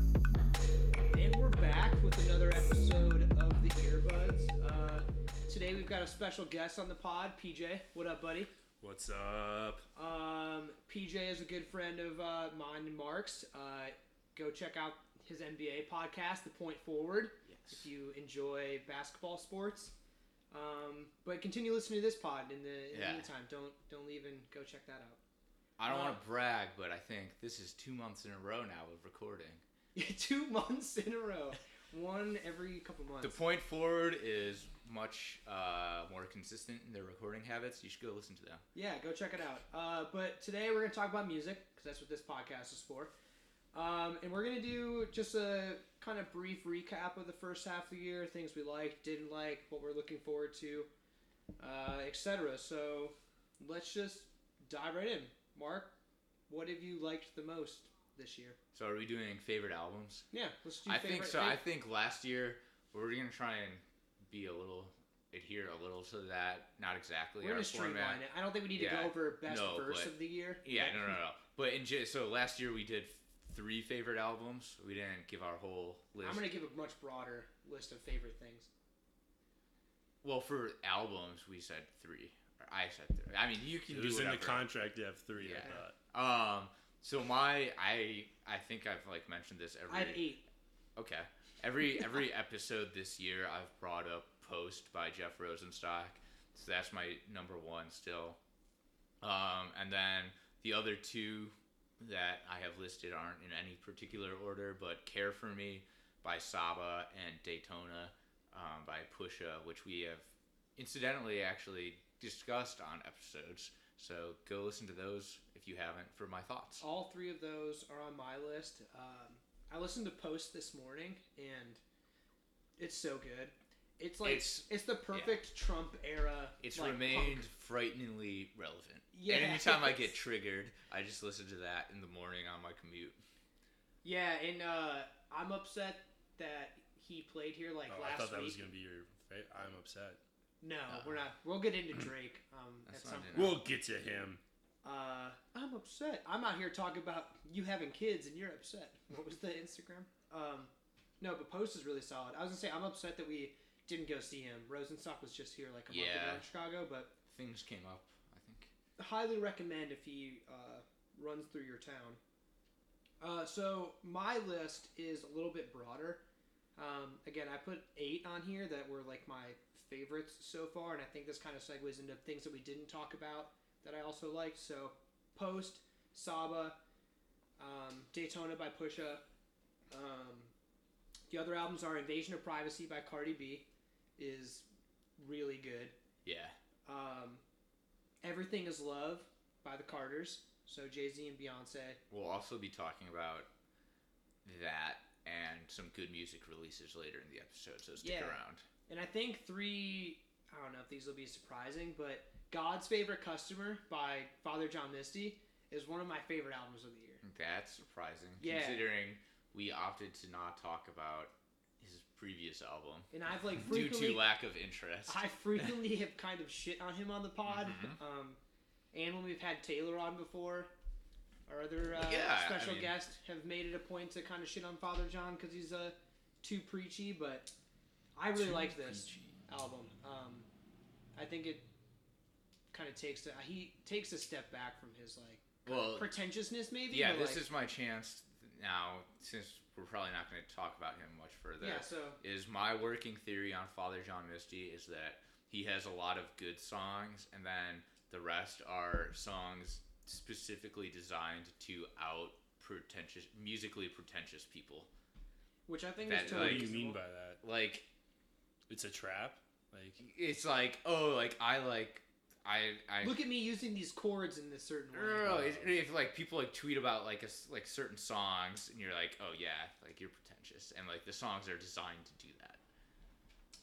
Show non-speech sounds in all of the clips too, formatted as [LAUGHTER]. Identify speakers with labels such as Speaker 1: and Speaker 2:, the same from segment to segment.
Speaker 1: Uh, we've got a special guest on the pod, PJ. What up, buddy?
Speaker 2: What's up?
Speaker 1: Um, PJ is a good friend of uh, mine and Mark's. Uh, go check out his NBA podcast, The Point Forward, if
Speaker 2: Yes.
Speaker 1: you enjoy basketball sports. Um, but continue listening to this pod in the, in
Speaker 3: Yeah.
Speaker 1: the meantime. Don't don't leave and go check that out.
Speaker 3: I don't
Speaker 1: Uh,
Speaker 3: want to brag, but I think this is two months in a row now of recording.
Speaker 1: [LAUGHS] Two months in a row, one every couple months.
Speaker 3: The point forward is much uh, more consistent in their recording habits. You should go listen to them.
Speaker 1: Yeah, go check it out. Uh, but today we're going to talk about music because that's what this podcast is for. Um, and we're going to do just a kind of brief recap of the first half of the year, things we liked, didn't like, what we're looking forward to, uh, etc. So let's just dive right in. Mark, what have you liked the most this year?
Speaker 3: So, are we doing favorite albums?
Speaker 1: Yeah, let's do.
Speaker 3: I
Speaker 1: favorite,
Speaker 3: think so. I think last year we're gonna try and be a little adhere a little to that. Not exactly
Speaker 1: we're
Speaker 3: our
Speaker 1: going to
Speaker 3: format.
Speaker 1: streamline it. I don't think we need to
Speaker 3: Yeah.
Speaker 1: go over best
Speaker 3: No,
Speaker 1: verse
Speaker 3: but-
Speaker 1: of the year.
Speaker 3: Yeah, no, no, no. But in ge- so last year we did three favorite albums. We didn't give our whole list.
Speaker 1: I'm going to give a much broader list of favorite things.
Speaker 3: Well, for albums we said three. Or I said three. I mean, you can
Speaker 2: It
Speaker 3: do
Speaker 2: was in
Speaker 3: whatever.
Speaker 2: the contract to have three.
Speaker 3: Yeah.
Speaker 2: I thought.
Speaker 3: Um. So my I I think I've like mentioned this every.
Speaker 1: I have eight.
Speaker 3: Okay. Every every episode this year, I've brought up "Post" by Jeff Rosenstock, so that's my number one still. Um, and then the other two that I have listed aren't in any particular order, but "Care for Me" by Saba and "Daytona" um, by Pusha, which we have incidentally actually discussed on episodes. So go listen to those if you haven't for my thoughts.
Speaker 1: All three of those are on my list. Um, I listened to Post this morning, and it's so good. It's like it's,
Speaker 3: It's-
Speaker 1: the perfect Trump era.
Speaker 3: It's
Speaker 1: like,
Speaker 3: remained
Speaker 1: punk.
Speaker 3: frighteningly relevant.
Speaker 1: Yeah.
Speaker 3: And
Speaker 1: [LAUGHS]
Speaker 3: anytime I get triggered, I just listen to that in the morning on my commute.
Speaker 1: Yeah, and uh, I'm upset that he played here like
Speaker 2: oh, I
Speaker 1: last
Speaker 2: thought that
Speaker 1: week.
Speaker 2: was gonna be your. Favorite. I'm upset.
Speaker 1: No,
Speaker 3: Uh,
Speaker 1: we're not. We'll get into Drake um, at
Speaker 3: That's
Speaker 1: some.
Speaker 3: not
Speaker 1: point.
Speaker 3: No.
Speaker 2: We'll get to him.
Speaker 1: Uh, I'm upset. I'm out here talking about you having kids and you're upset. What was the Instagram? Um, no, but Post is really solid. I was gonna say I'm upset that we didn't go see him. Rosenstock was just here like a month ago
Speaker 3: Yeah.
Speaker 1: in Chicago, but
Speaker 3: Things came up, I think.
Speaker 1: highly recommend if he uh, runs through your town. Uh, so my list is a little bit broader. Um, again, I put eight on here that were like my favorites so far, and I think this kind of segues into things that we didn't talk about that I also liked. So Post, Saba, um, Daytona by Pusha. Um, the other albums are Invasion of Privacy by Cardi B is really good.
Speaker 3: Yeah.
Speaker 1: Um, Everything is Love by the Carters. So Jay Z and Beyonce.
Speaker 3: We'll also be talking about that and some good music releases later in the episode, so stick
Speaker 1: Yeah.
Speaker 3: around.
Speaker 1: And I think three, I don't know if these will be surprising, but God's Favorite Customer by Father John Misty is one of my favorite albums of the year.
Speaker 3: That's surprising,
Speaker 1: Yeah.
Speaker 3: considering we opted to not talk about his previous album
Speaker 1: And I've like
Speaker 3: [LAUGHS] due
Speaker 1: frequently,
Speaker 3: to lack of interest. [LAUGHS]
Speaker 1: I frequently have kind of shit on him on the pod.
Speaker 3: Mhm.
Speaker 1: Um, and when we've had Taylor on before, our other uh,
Speaker 3: Yeah, I
Speaker 1: special
Speaker 3: mean-
Speaker 1: guest have made it a point to kind of shit on Father John because he's uh, too preachy. But I really
Speaker 3: Too
Speaker 1: like this.
Speaker 3: preachy.
Speaker 1: album. Um, I think it kind of takes a, he takes a step back from his like
Speaker 3: Well,
Speaker 1: pretentiousness, maybe.
Speaker 3: Uh, yeah,
Speaker 1: but,
Speaker 3: this
Speaker 1: like-
Speaker 3: is my chance now, since we're probably not going to talk about him much further.
Speaker 1: yeah. So
Speaker 3: is my working theory on Father John Misty is that he has a lot of good songs, and then the rest are songs specifically designed to out pretentious, musically pretentious people.
Speaker 1: which I think
Speaker 3: That,
Speaker 1: is
Speaker 2: What
Speaker 1: totally
Speaker 2: do you
Speaker 1: reasonable.
Speaker 2: mean by that?
Speaker 3: Like
Speaker 2: It's a trap. Like
Speaker 3: it's like oh, like I like I I.
Speaker 1: Look at me using these chords in this certain
Speaker 3: no, no,
Speaker 1: way.
Speaker 3: no, it's- If like people like tweet about like a s like certain songs, and you're like, oh yeah, like you're pretentious, and like the songs are designed to do that.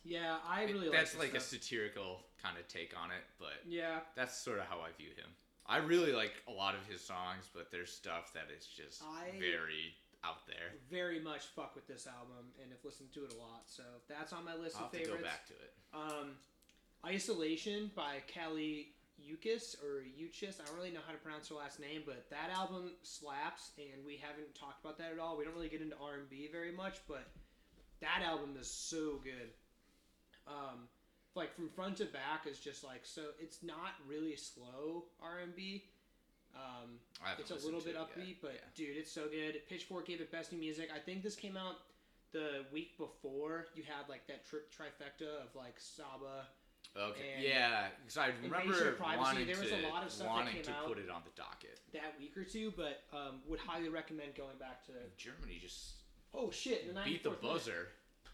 Speaker 1: Yeah, I really like
Speaker 3: that's
Speaker 1: this
Speaker 3: like a
Speaker 1: stuff.
Speaker 3: satirical kind of take on it, but
Speaker 1: yeah.
Speaker 3: that's sort of how I view him. I really like a lot of his songs, but there's stuff that is just
Speaker 1: I-
Speaker 3: very out there.
Speaker 1: Very much fuck with this album and have listened to it a lot. So that's on my list
Speaker 3: I'll
Speaker 1: of
Speaker 3: have to
Speaker 1: favorites.
Speaker 3: go back to it.
Speaker 1: Um, Isolation by Kelly Ukis or Uchis. I don't really know how to pronounce her last name, but that album slaps, and we haven't talked about that at all. We don't really get into R and B very much, but that album is so good. Um, like from front to back is just like so. It's not really slow R and B. Um,
Speaker 3: I haven't
Speaker 1: it's a
Speaker 3: listened
Speaker 1: little
Speaker 3: to
Speaker 1: bit
Speaker 3: it
Speaker 1: upbeat,
Speaker 3: yet.
Speaker 1: but dude, it's so good. Pitchfork gave it best new music. I think this came out the week before you had like that trip trifecta of like Saba.
Speaker 3: yeah. okay,
Speaker 1: and
Speaker 3: yeah, because I
Speaker 1: Invasion of
Speaker 3: remember
Speaker 1: Privacy,
Speaker 3: wanting
Speaker 1: there was a
Speaker 3: to
Speaker 1: lot of stuff that
Speaker 3: wanting
Speaker 1: came
Speaker 3: to
Speaker 1: out.
Speaker 3: put it on the docket.
Speaker 1: that week or two, but um, would highly recommend going back to.
Speaker 3: Germany just
Speaker 1: Oh shit! The
Speaker 3: beat the
Speaker 1: 94th minute.
Speaker 3: buzzer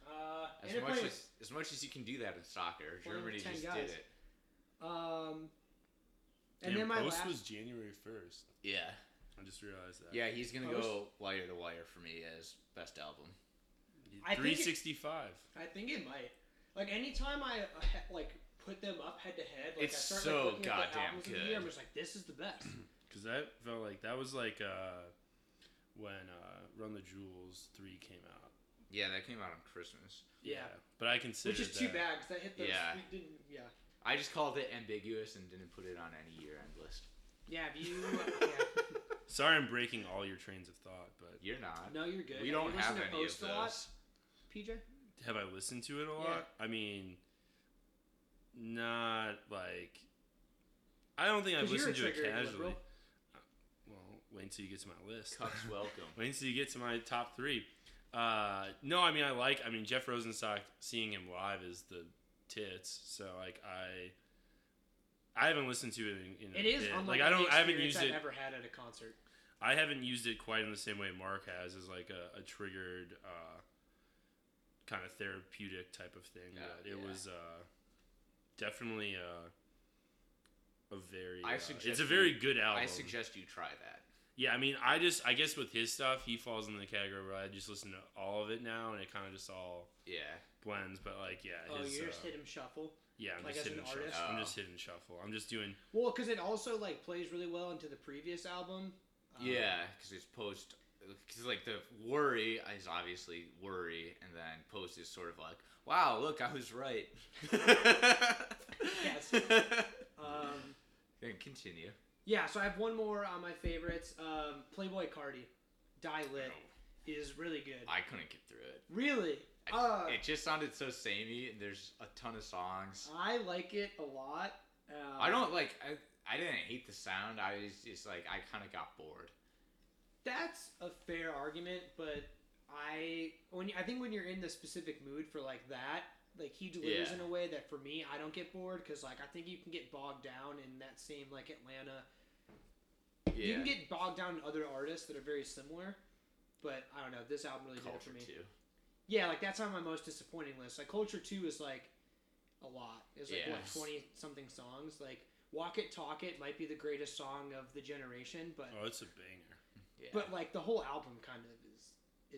Speaker 1: Uh,
Speaker 3: as
Speaker 1: and it
Speaker 3: much
Speaker 1: played-
Speaker 3: as as much as you can do that in soccer.
Speaker 1: Playing with
Speaker 3: Germany
Speaker 1: 10
Speaker 3: just
Speaker 1: guys.
Speaker 3: did it.
Speaker 1: um,
Speaker 2: Damn,
Speaker 1: and then my
Speaker 2: post
Speaker 1: last
Speaker 2: was January first.
Speaker 3: Yeah,
Speaker 2: I just realized that.
Speaker 3: yeah, he's gonna
Speaker 1: Post-
Speaker 3: go wire to wire for me as best album.
Speaker 1: I think it-
Speaker 2: Three sixty five.
Speaker 1: I think it might. Like anytime I uh, he- like put them up head to head, like
Speaker 3: It's
Speaker 1: I start
Speaker 3: so
Speaker 1: like, looking at the
Speaker 3: goddamn
Speaker 1: albums of the year, I'm
Speaker 3: good.
Speaker 1: just like, this is the best.
Speaker 2: Cause that felt like that was like uh, when uh, Run the Jewels three came out.
Speaker 3: Yeah, that came out on Christmas.
Speaker 1: Yeah.
Speaker 2: But I consider
Speaker 1: Which is too
Speaker 2: that-
Speaker 1: bad because that hit those.
Speaker 3: Yeah.
Speaker 1: We didn't, yeah.
Speaker 3: I just called it ambiguous and didn't put it on any year end list.
Speaker 1: Yeah. If you. yeah.
Speaker 2: Sorry, I'm breaking all your trains of thought, but
Speaker 3: You're not.
Speaker 1: No, you're good.
Speaker 3: we don't
Speaker 1: you listen
Speaker 3: have
Speaker 1: to
Speaker 3: any of
Speaker 1: Post a lot,
Speaker 3: those.
Speaker 1: PJ.
Speaker 2: have I listened to it a lot? I mean, not like. I don't think I've
Speaker 1: Because you're a
Speaker 2: listened to it
Speaker 1: triggered
Speaker 2: casually. Uh,
Speaker 1: liberal.
Speaker 2: Well, wait until you get to my list.
Speaker 3: Cups welcome.
Speaker 2: [LAUGHS] Wait until you get to my top three. Uh, no, I mean I like. I mean Jeff Rosenstock. Seeing him live is the tits. So like I, I haven't listened to it in. in a
Speaker 1: It is
Speaker 2: bit.
Speaker 1: unlike
Speaker 2: like I don't.
Speaker 1: Any
Speaker 2: I haven't
Speaker 1: experience
Speaker 2: used
Speaker 1: I've
Speaker 2: it.
Speaker 1: ever had at a concert.
Speaker 2: I haven't used it quite in the same way Mark has as like a, a triggered uh, kind of therapeutic type of thing.
Speaker 3: Yeah,
Speaker 2: but it
Speaker 3: yeah.
Speaker 2: was uh, definitely uh, a very.
Speaker 3: I
Speaker 2: uh,
Speaker 3: suggest
Speaker 2: it's a
Speaker 3: you-
Speaker 2: very good album.
Speaker 3: I suggest you try that.
Speaker 2: Yeah, I mean, I just I guess with his stuff, he falls in the category where I just listen to all of it now, and it kind of just all
Speaker 3: Yeah.
Speaker 2: blends. But like, yeah,
Speaker 1: Oh,
Speaker 2: his,
Speaker 1: you
Speaker 2: uh,
Speaker 1: just hit him shuffle.
Speaker 2: yeah, I'm
Speaker 1: like,
Speaker 2: just
Speaker 1: as
Speaker 2: hitting
Speaker 1: an artist?
Speaker 2: shuffle. I'm
Speaker 3: Oh.
Speaker 2: just hitting shuffle. I'm just doing.
Speaker 1: Well, because it also like plays really well into the previous album. Um,
Speaker 3: yeah, because it's post. Because like the worry is obviously worry, and then post is sort of like, wow, look, I was right. yes.
Speaker 1: Um,
Speaker 3: And continue.
Speaker 1: yeah. So I have one more on my favorites. Um, Playboy Cardi, Die Lit is really good.
Speaker 3: I couldn't get through it.
Speaker 1: Really,
Speaker 3: I-
Speaker 1: Uh.
Speaker 3: it just sounded so samey, and there's a ton of songs.
Speaker 1: I like it a lot. Um,
Speaker 3: I don't like. I, I didn't hate the sound. I was just like, I kind of got bored.
Speaker 1: That's a fair argument, but I when I think when you're in the specific mood for like that, like he delivers
Speaker 3: Yeah.
Speaker 1: in a way that for me I don't get bored because like I think you can get bogged down in that same like Atlanta. You
Speaker 3: Yeah.
Speaker 1: can get bogged down in other artists that are very similar, but I don't know. This album really did it for
Speaker 3: Culture
Speaker 1: me.
Speaker 3: too.
Speaker 1: Yeah, like that's on my most disappointing list. Like Culture Two is like a lot. It's like
Speaker 3: Yes.
Speaker 1: what twenty something songs. Like Walk It Talk It might be the greatest song of the generation, but
Speaker 2: Oh, it's a banger.
Speaker 3: Yeah.
Speaker 1: but like the whole album kind of is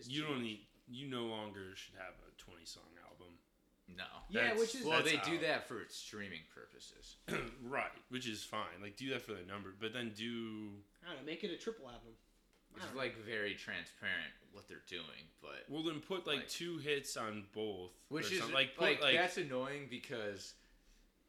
Speaker 1: is
Speaker 2: You don't
Speaker 1: cheap.
Speaker 2: need. You no longer should have a twenty song album.
Speaker 3: no.
Speaker 1: yeah,
Speaker 2: That's-
Speaker 1: which is
Speaker 3: Well,
Speaker 2: That's
Speaker 3: they do
Speaker 2: out.
Speaker 3: that for streaming purposes.
Speaker 2: [CLEARS THROAT] right, which is fine. Like do that for the number, but then do
Speaker 1: I don't know, make it a triple album. I
Speaker 3: It's
Speaker 1: don't know.
Speaker 3: like very transparent what they're doing, but
Speaker 2: well then put like,
Speaker 3: Like-
Speaker 2: two hits on both. or
Speaker 3: which is
Speaker 2: something.
Speaker 3: like,
Speaker 2: like put like,
Speaker 3: that's annoying because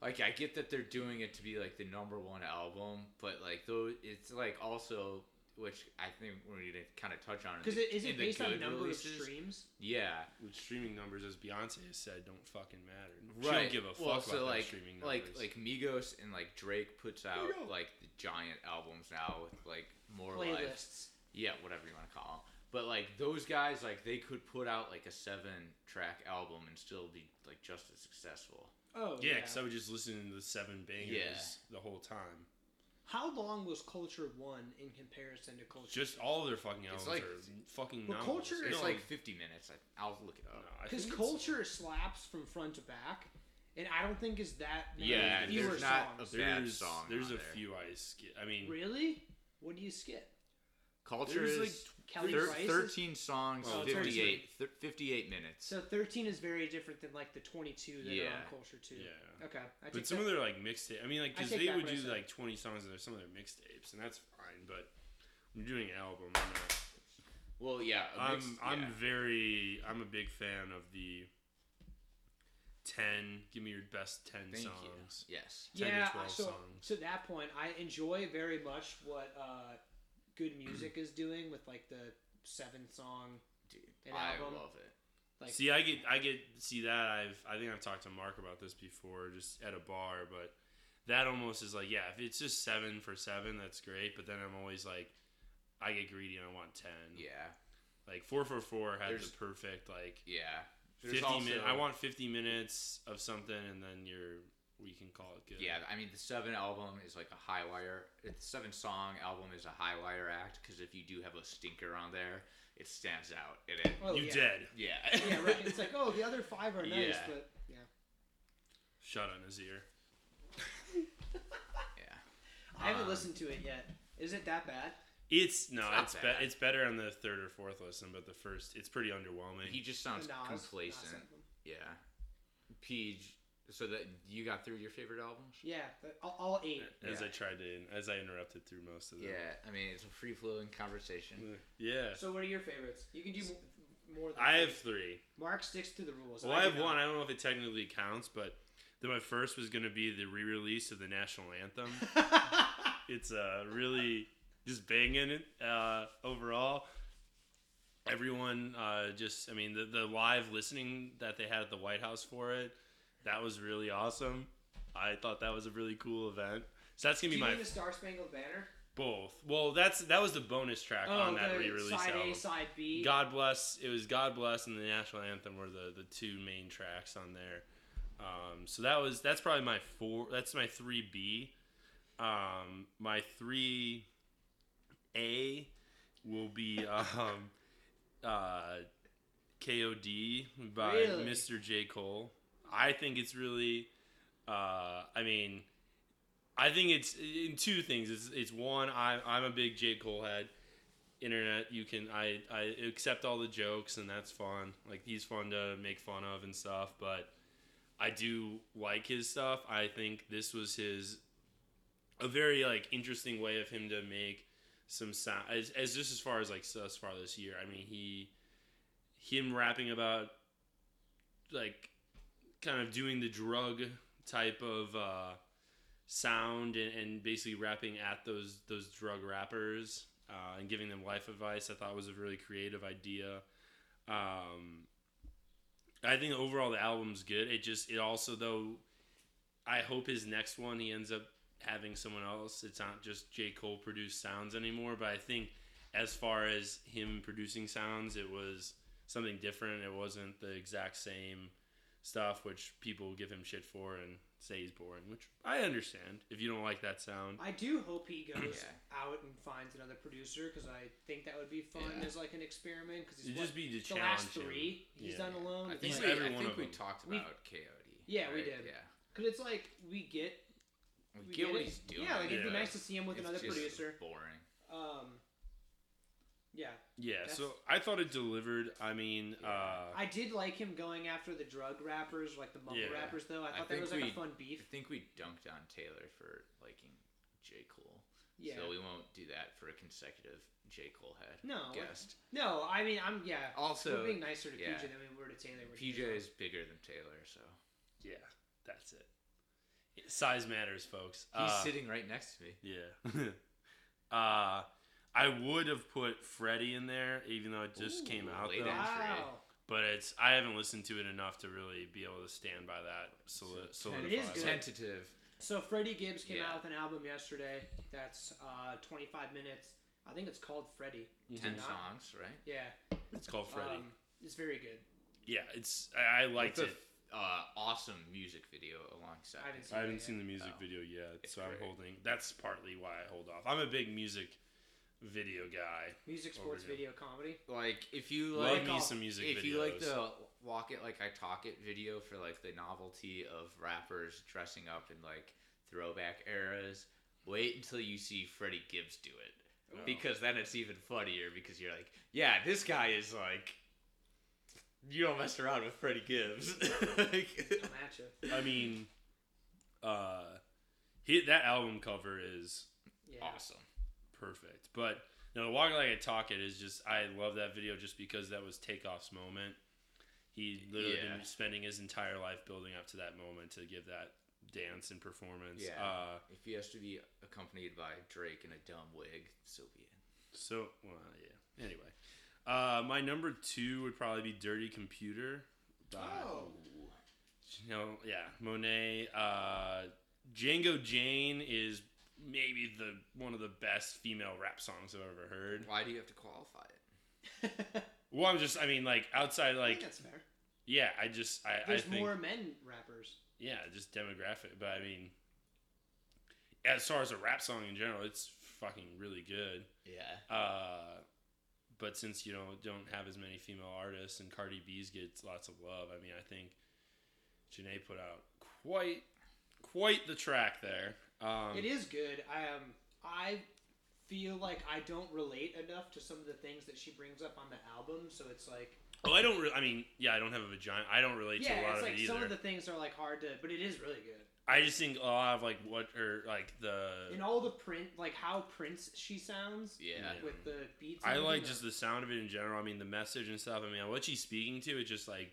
Speaker 3: like I get that they're doing it to be like the number one album, but like though it's like also which I think we're gonna kind of touch on in
Speaker 1: because
Speaker 3: the-
Speaker 1: it, is
Speaker 3: in
Speaker 1: it
Speaker 3: the
Speaker 1: based on
Speaker 3: good
Speaker 1: number
Speaker 3: releases.
Speaker 1: of streams?
Speaker 3: Yeah,
Speaker 2: with streaming numbers as Beyonce has said don't fucking matter. She
Speaker 3: right.
Speaker 2: don't give a fuck
Speaker 3: well,
Speaker 2: about
Speaker 3: so
Speaker 2: their
Speaker 3: like
Speaker 2: streaming
Speaker 3: like
Speaker 2: numbers.
Speaker 3: like Migos and like Drake puts out
Speaker 1: Migos.
Speaker 3: like the giant albums now with like more life.
Speaker 1: Playlists.
Speaker 3: yeah, whatever you want to call them. But like those guys, like they could put out like a seven track album and still be like just as successful.
Speaker 1: Oh
Speaker 2: Yeah, because I would just listen to the seven bangers the whole time.
Speaker 1: How long was Culture One in comparison to Culture?
Speaker 2: Just all of their fucking albums
Speaker 3: like-
Speaker 2: are fucking
Speaker 1: But
Speaker 2: novels.
Speaker 1: culture
Speaker 3: It's
Speaker 2: No,
Speaker 3: like fifty minutes. I, I'll look it
Speaker 2: no,
Speaker 3: up.
Speaker 2: I
Speaker 1: Because
Speaker 2: think it's-
Speaker 1: Culture slaps from front to back, and I don't think is that many
Speaker 3: Yeah,
Speaker 1: fewer
Speaker 3: there's not
Speaker 1: songs.
Speaker 3: a bad
Speaker 2: There's,
Speaker 3: song.
Speaker 2: there's
Speaker 3: on
Speaker 2: a
Speaker 3: there.
Speaker 2: few I skip. I mean,
Speaker 1: really. What do you skip?
Speaker 3: Culture
Speaker 2: there's
Speaker 3: is
Speaker 2: like
Speaker 1: Kelly
Speaker 3: thir-
Speaker 1: Price. is-
Speaker 3: thirteen songs,
Speaker 2: Oh,
Speaker 3: 58, thir- 58 minutes.
Speaker 1: So thirteen is very different than like the twenty-two that are on
Speaker 3: Yeah.
Speaker 1: Culture Two.
Speaker 2: yeah.
Speaker 1: Okay, I take
Speaker 2: But some
Speaker 1: that-
Speaker 2: of their like mixtape, I mean, like
Speaker 1: I
Speaker 2: because
Speaker 1: take
Speaker 2: they
Speaker 1: back
Speaker 2: would
Speaker 1: what I
Speaker 2: do
Speaker 1: said.
Speaker 2: like twenty songs in their some of their mixtapes, and that's fine. But when you're doing an album, I'm, not-
Speaker 3: well, yeah, a
Speaker 2: I'm,
Speaker 3: mix-
Speaker 2: I'm
Speaker 3: yeah.
Speaker 2: very, I'm a big fan of the ten. Give me your best ten
Speaker 3: Thank you.
Speaker 2: songs.
Speaker 3: Yes.
Speaker 2: 10 to
Speaker 1: yeah,
Speaker 2: 12
Speaker 1: so
Speaker 2: songs.
Speaker 1: to that point, I enjoy very much what uh, good music is doing with like the seven song
Speaker 3: Dude,
Speaker 1: An
Speaker 3: I
Speaker 1: album.
Speaker 3: love it.
Speaker 1: Like,
Speaker 2: see, I get, I get, see that. I've, I think I've talked to Mark about this before, just at a bar. But that almost is like, yeah, if it's just seven for seven, that's great. But then I'm always like, I get greedy and I want ten.
Speaker 3: Yeah,
Speaker 2: Like four for four had
Speaker 3: There's-
Speaker 2: the perfect like
Speaker 3: yeah. There's
Speaker 2: fifty
Speaker 3: also-
Speaker 2: minutes. I want fifty minutes of something, and then you're we can call it good.
Speaker 3: Yeah, I mean the seven album is like a high wire. The seven song album is a high wire act because if you do have a stinker on there, it stands out. It, it
Speaker 1: oh,
Speaker 2: you
Speaker 1: yeah.
Speaker 2: dead.
Speaker 3: yeah.
Speaker 1: yeah, right. It's like, oh, the other five are nice,
Speaker 3: Yeah.
Speaker 1: but yeah.
Speaker 2: Shut on his ear.
Speaker 3: yeah.
Speaker 1: I haven't
Speaker 3: Um,
Speaker 1: listened to it yet. Is it that bad?
Speaker 2: It's no,
Speaker 3: It's not
Speaker 2: it's be-
Speaker 3: bad.
Speaker 2: it's better on the third or fourth listen, but the first it's pretty
Speaker 3: [LAUGHS]
Speaker 2: underwhelming.
Speaker 3: He just sounds
Speaker 1: The Nas-
Speaker 3: complacent.
Speaker 1: Nas album.
Speaker 3: yeah. Page. So that you got through your favorite albums?
Speaker 1: Yeah, but all, all eight.
Speaker 2: as
Speaker 3: Yeah.
Speaker 2: I tried to as I interrupted through most of them.
Speaker 3: Yeah, I mean it's a free flowing conversation.
Speaker 2: Yeah.
Speaker 1: So what are your favorites? You can do mo- more than
Speaker 2: I
Speaker 1: three.
Speaker 2: have three.
Speaker 1: Mark sticks to the rules.
Speaker 2: Well, I have
Speaker 1: do not.
Speaker 2: one. I don't know if it technically counts, but then my first was going to be the re-release of the national anthem.
Speaker 1: [LAUGHS]
Speaker 2: it's uh, really just banging it uh, overall. Everyone uh, just, I mean, the, the live listening that they had at the White House for it, that was really awesome. I thought that was a really cool event. So that's
Speaker 1: do
Speaker 2: gonna
Speaker 1: you
Speaker 2: be my
Speaker 1: mean the Star Spangled Banner?
Speaker 2: both. Well, that's that was the bonus track on that
Speaker 1: the
Speaker 2: re-release
Speaker 1: side
Speaker 2: album.
Speaker 1: A, side B.
Speaker 2: God bless. It was God bless and the national anthem were the the two main tracks on there. Um, so that was that's probably my four. That's my three B. Um, my three A will be um, uh, K.O.D. by
Speaker 1: Really?
Speaker 2: Mr. J. Cole. I think it's really. Uh, I mean, I think it's in two things. It's, it's one. I, I'm a big J. Cole head internet you can I, I accept all the jokes and that's fun like he's fun to make fun of and stuff but i do like his stuff i think this was his a very like interesting way of him to make some sound as, as just as far as like thus far this year i mean he him rapping about like kind of doing the drug type of uh sound and, and basically rapping at those those drug rappers uh, and giving them life advice. I thought was a really creative idea. Um, I think overall the album's good. It just it also though, I hope his next one he ends up having someone else. It's not just J Cole produced sounds anymore. But I think as far as him producing sounds, it was something different. It wasn't the exact same stuff which people give him shit for and say he's boring which i understand if you don't like that sound
Speaker 1: I do hope he goes
Speaker 3: Yeah.
Speaker 1: out and finds another producer because I think that would be fun
Speaker 3: Yeah.
Speaker 1: as like an experiment. Because he's
Speaker 2: It'd just
Speaker 1: what,
Speaker 2: be to
Speaker 1: the last
Speaker 2: challenge him.
Speaker 1: three he's
Speaker 2: Yeah.
Speaker 1: done alone.
Speaker 3: I
Speaker 1: It's
Speaker 3: think,
Speaker 2: He's
Speaker 1: like-
Speaker 3: we, I
Speaker 2: every one
Speaker 3: think
Speaker 2: of
Speaker 3: we
Speaker 2: them.
Speaker 3: talked
Speaker 1: We-
Speaker 3: about K.O.D.
Speaker 1: Yeah, we
Speaker 3: right?
Speaker 1: did.
Speaker 3: Yeah,
Speaker 1: Cause it's like we get
Speaker 3: we,
Speaker 1: we
Speaker 3: get,
Speaker 1: get
Speaker 3: what
Speaker 1: it.
Speaker 3: he's doing.
Speaker 1: Yeah, like it'd be
Speaker 2: Yeah.
Speaker 1: nice to see him with
Speaker 3: It's
Speaker 1: another
Speaker 3: just
Speaker 1: producer.
Speaker 3: Boring.
Speaker 1: Um, yeah,
Speaker 2: yeah
Speaker 1: That's-
Speaker 2: so i thought it delivered i mean
Speaker 3: Yeah.
Speaker 2: uh
Speaker 1: I did like him going after the drug rappers, like the mumble
Speaker 2: Yeah.
Speaker 1: rappers. Though I
Speaker 3: I
Speaker 1: thought that
Speaker 3: think
Speaker 1: was like
Speaker 3: we-
Speaker 1: a fun
Speaker 3: I
Speaker 1: beef.
Speaker 3: think we dunked on Taylor for liking J. Cole.
Speaker 1: Yeah.
Speaker 3: So we won't do that for a consecutive J. Cole head.
Speaker 1: No,
Speaker 3: Guest.
Speaker 1: No, I mean I'm yeah.
Speaker 3: Also,
Speaker 1: we're being nicer to
Speaker 3: yeah.
Speaker 1: PJ than we were to Taylor. which is
Speaker 3: PJ is bigger than Taylor, so
Speaker 2: yeah that's it size matters folks
Speaker 3: he's
Speaker 2: Uh,
Speaker 3: sitting right next to me.
Speaker 2: yeah [LAUGHS] uh i would have put freddie in there even though it just
Speaker 3: Ooh,
Speaker 2: came out
Speaker 3: late
Speaker 2: though.
Speaker 1: fun.
Speaker 3: entry.
Speaker 1: Wow,
Speaker 2: but it's i haven't listened to it enough to really be able to stand by that soli- uh, solidify
Speaker 1: is good.
Speaker 2: Like,
Speaker 3: Tentative.
Speaker 1: so Freddie Gibbs came
Speaker 3: Yeah.
Speaker 1: out with an album yesterday that's uh 25 minutes. I think it's called Freddie.
Speaker 2: Mhm.
Speaker 3: Ten
Speaker 1: Not-
Speaker 3: songs, right?
Speaker 1: Yeah,
Speaker 2: it's called freddie
Speaker 1: Um, it's very good.
Speaker 2: yeah it's i, I liked
Speaker 3: With
Speaker 2: it
Speaker 3: a uh, awesome music video alongside.
Speaker 1: I haven't
Speaker 3: it.
Speaker 1: seen
Speaker 2: I haven't
Speaker 1: it
Speaker 2: seen the music
Speaker 3: Oh.
Speaker 2: video yet,
Speaker 3: It's
Speaker 2: so I'm
Speaker 3: great.
Speaker 2: holding. That's partly why I hold off. I'm a big music video guy.
Speaker 1: yet. music, sports,
Speaker 2: Over
Speaker 1: video,
Speaker 2: [LAUGHS]
Speaker 1: comedy.
Speaker 3: Like if you
Speaker 2: Love
Speaker 3: like,
Speaker 2: me some music
Speaker 3: if
Speaker 2: videos.
Speaker 3: you like the walk it like I talk it video for like the novelty of rappers dressing up in like throwback eras, wait until you see Freddie Gibbs do it
Speaker 2: Oh.
Speaker 3: because then it's even funnier because you're like, yeah, this guy is like, you don't mess around with Freddie Gibbs. [LAUGHS] Like-
Speaker 1: I'm at you.
Speaker 2: I mean, uh, he, that album cover is
Speaker 1: Yeah. [LAUGHS]
Speaker 3: awesome.
Speaker 2: perfect. But no, the walk like I talk it is just I love that video just because that was Takeoff's moment. He literally
Speaker 3: Yeah.
Speaker 2: been spending his entire life building up to that moment to give that dance and performance.
Speaker 3: Yeah.
Speaker 2: Uh,
Speaker 3: If he has to be accompanied by Drake in a dumb wig, so be it.
Speaker 2: So, well, yeah. Anyway, Uh, my number two would probably be Dirty Computer. by-
Speaker 1: Oh.
Speaker 2: You know, yeah, Monet. Uh, Django Jane is maybe the one of the best female rap songs I've ever heard.
Speaker 3: Why do you have to qualify it?
Speaker 2: Well, I'm just, I mean, like outside,
Speaker 1: I think
Speaker 2: like
Speaker 1: that's fair.
Speaker 2: yeah, I just, I, I
Speaker 1: There's
Speaker 2: think,
Speaker 1: more men rappers.
Speaker 2: yeah, just demographic. But I mean, as far as a rap song in general, it's fucking really good.
Speaker 3: Yeah.
Speaker 2: Uh, but since you know don't have as many female artists and Cardi B's gets lots of love, I mean I think Janae put out quite quite the track there. Um,
Speaker 1: it is good. I um I feel like I don't relate enough to some of the things that she brings up on the album, so it's like
Speaker 2: Oh, I don't. Re- I mean, yeah, I don't have a vagina. I don't relate to a
Speaker 1: yeah,
Speaker 2: lot
Speaker 1: it's
Speaker 2: of
Speaker 1: like
Speaker 2: it either.
Speaker 1: some of the things are like hard to, but it is really good.
Speaker 2: I just think a lot of like what or like the.
Speaker 1: And all the print, like how Prince she sounds
Speaker 3: Yeah.
Speaker 2: Uh, Yeah.
Speaker 1: with the beats. and
Speaker 2: I like
Speaker 1: everything.
Speaker 2: just the sound of it in general. I mean, the message and stuff. I mean, what she's speaking to, it's just like,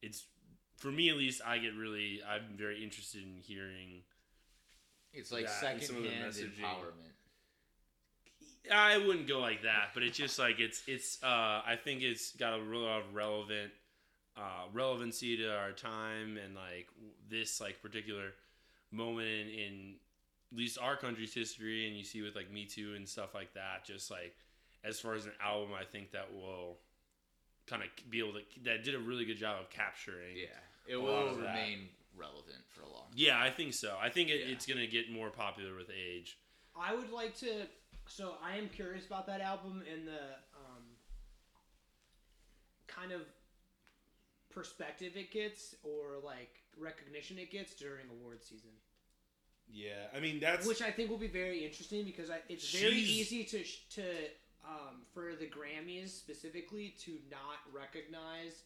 Speaker 2: it's for me at least. I get really. I'm very interested in hearing
Speaker 3: It's like
Speaker 2: Yeah, and some of the
Speaker 3: secondhand
Speaker 2: messaging.
Speaker 3: empowerment.
Speaker 2: I wouldn't go like that, but it's just like it's it's. Uh, I think it's got a real lot of relevant uh, relevancy to our time and like w- this like particular moment in, in at least our country's history, and you see with like Me Too and stuff like that. Just like as far as an album, I think that will kind of be able to that did a really good job of capturing.
Speaker 3: Yeah. It
Speaker 2: A lot
Speaker 3: will
Speaker 2: of that.
Speaker 3: remain relevant for a long time.
Speaker 2: Yeah, I think so. I think it,
Speaker 3: Yeah.
Speaker 2: it's gonna get more popular with age.
Speaker 1: I would like to. So I am curious about that album and the um, kind of perspective it gets, or like recognition it gets during award season,
Speaker 2: Yeah, I mean that's
Speaker 1: which I think will be very interesting because I, it's very
Speaker 2: She's-
Speaker 1: easy to sh- to um, for the Grammys specifically to not recognize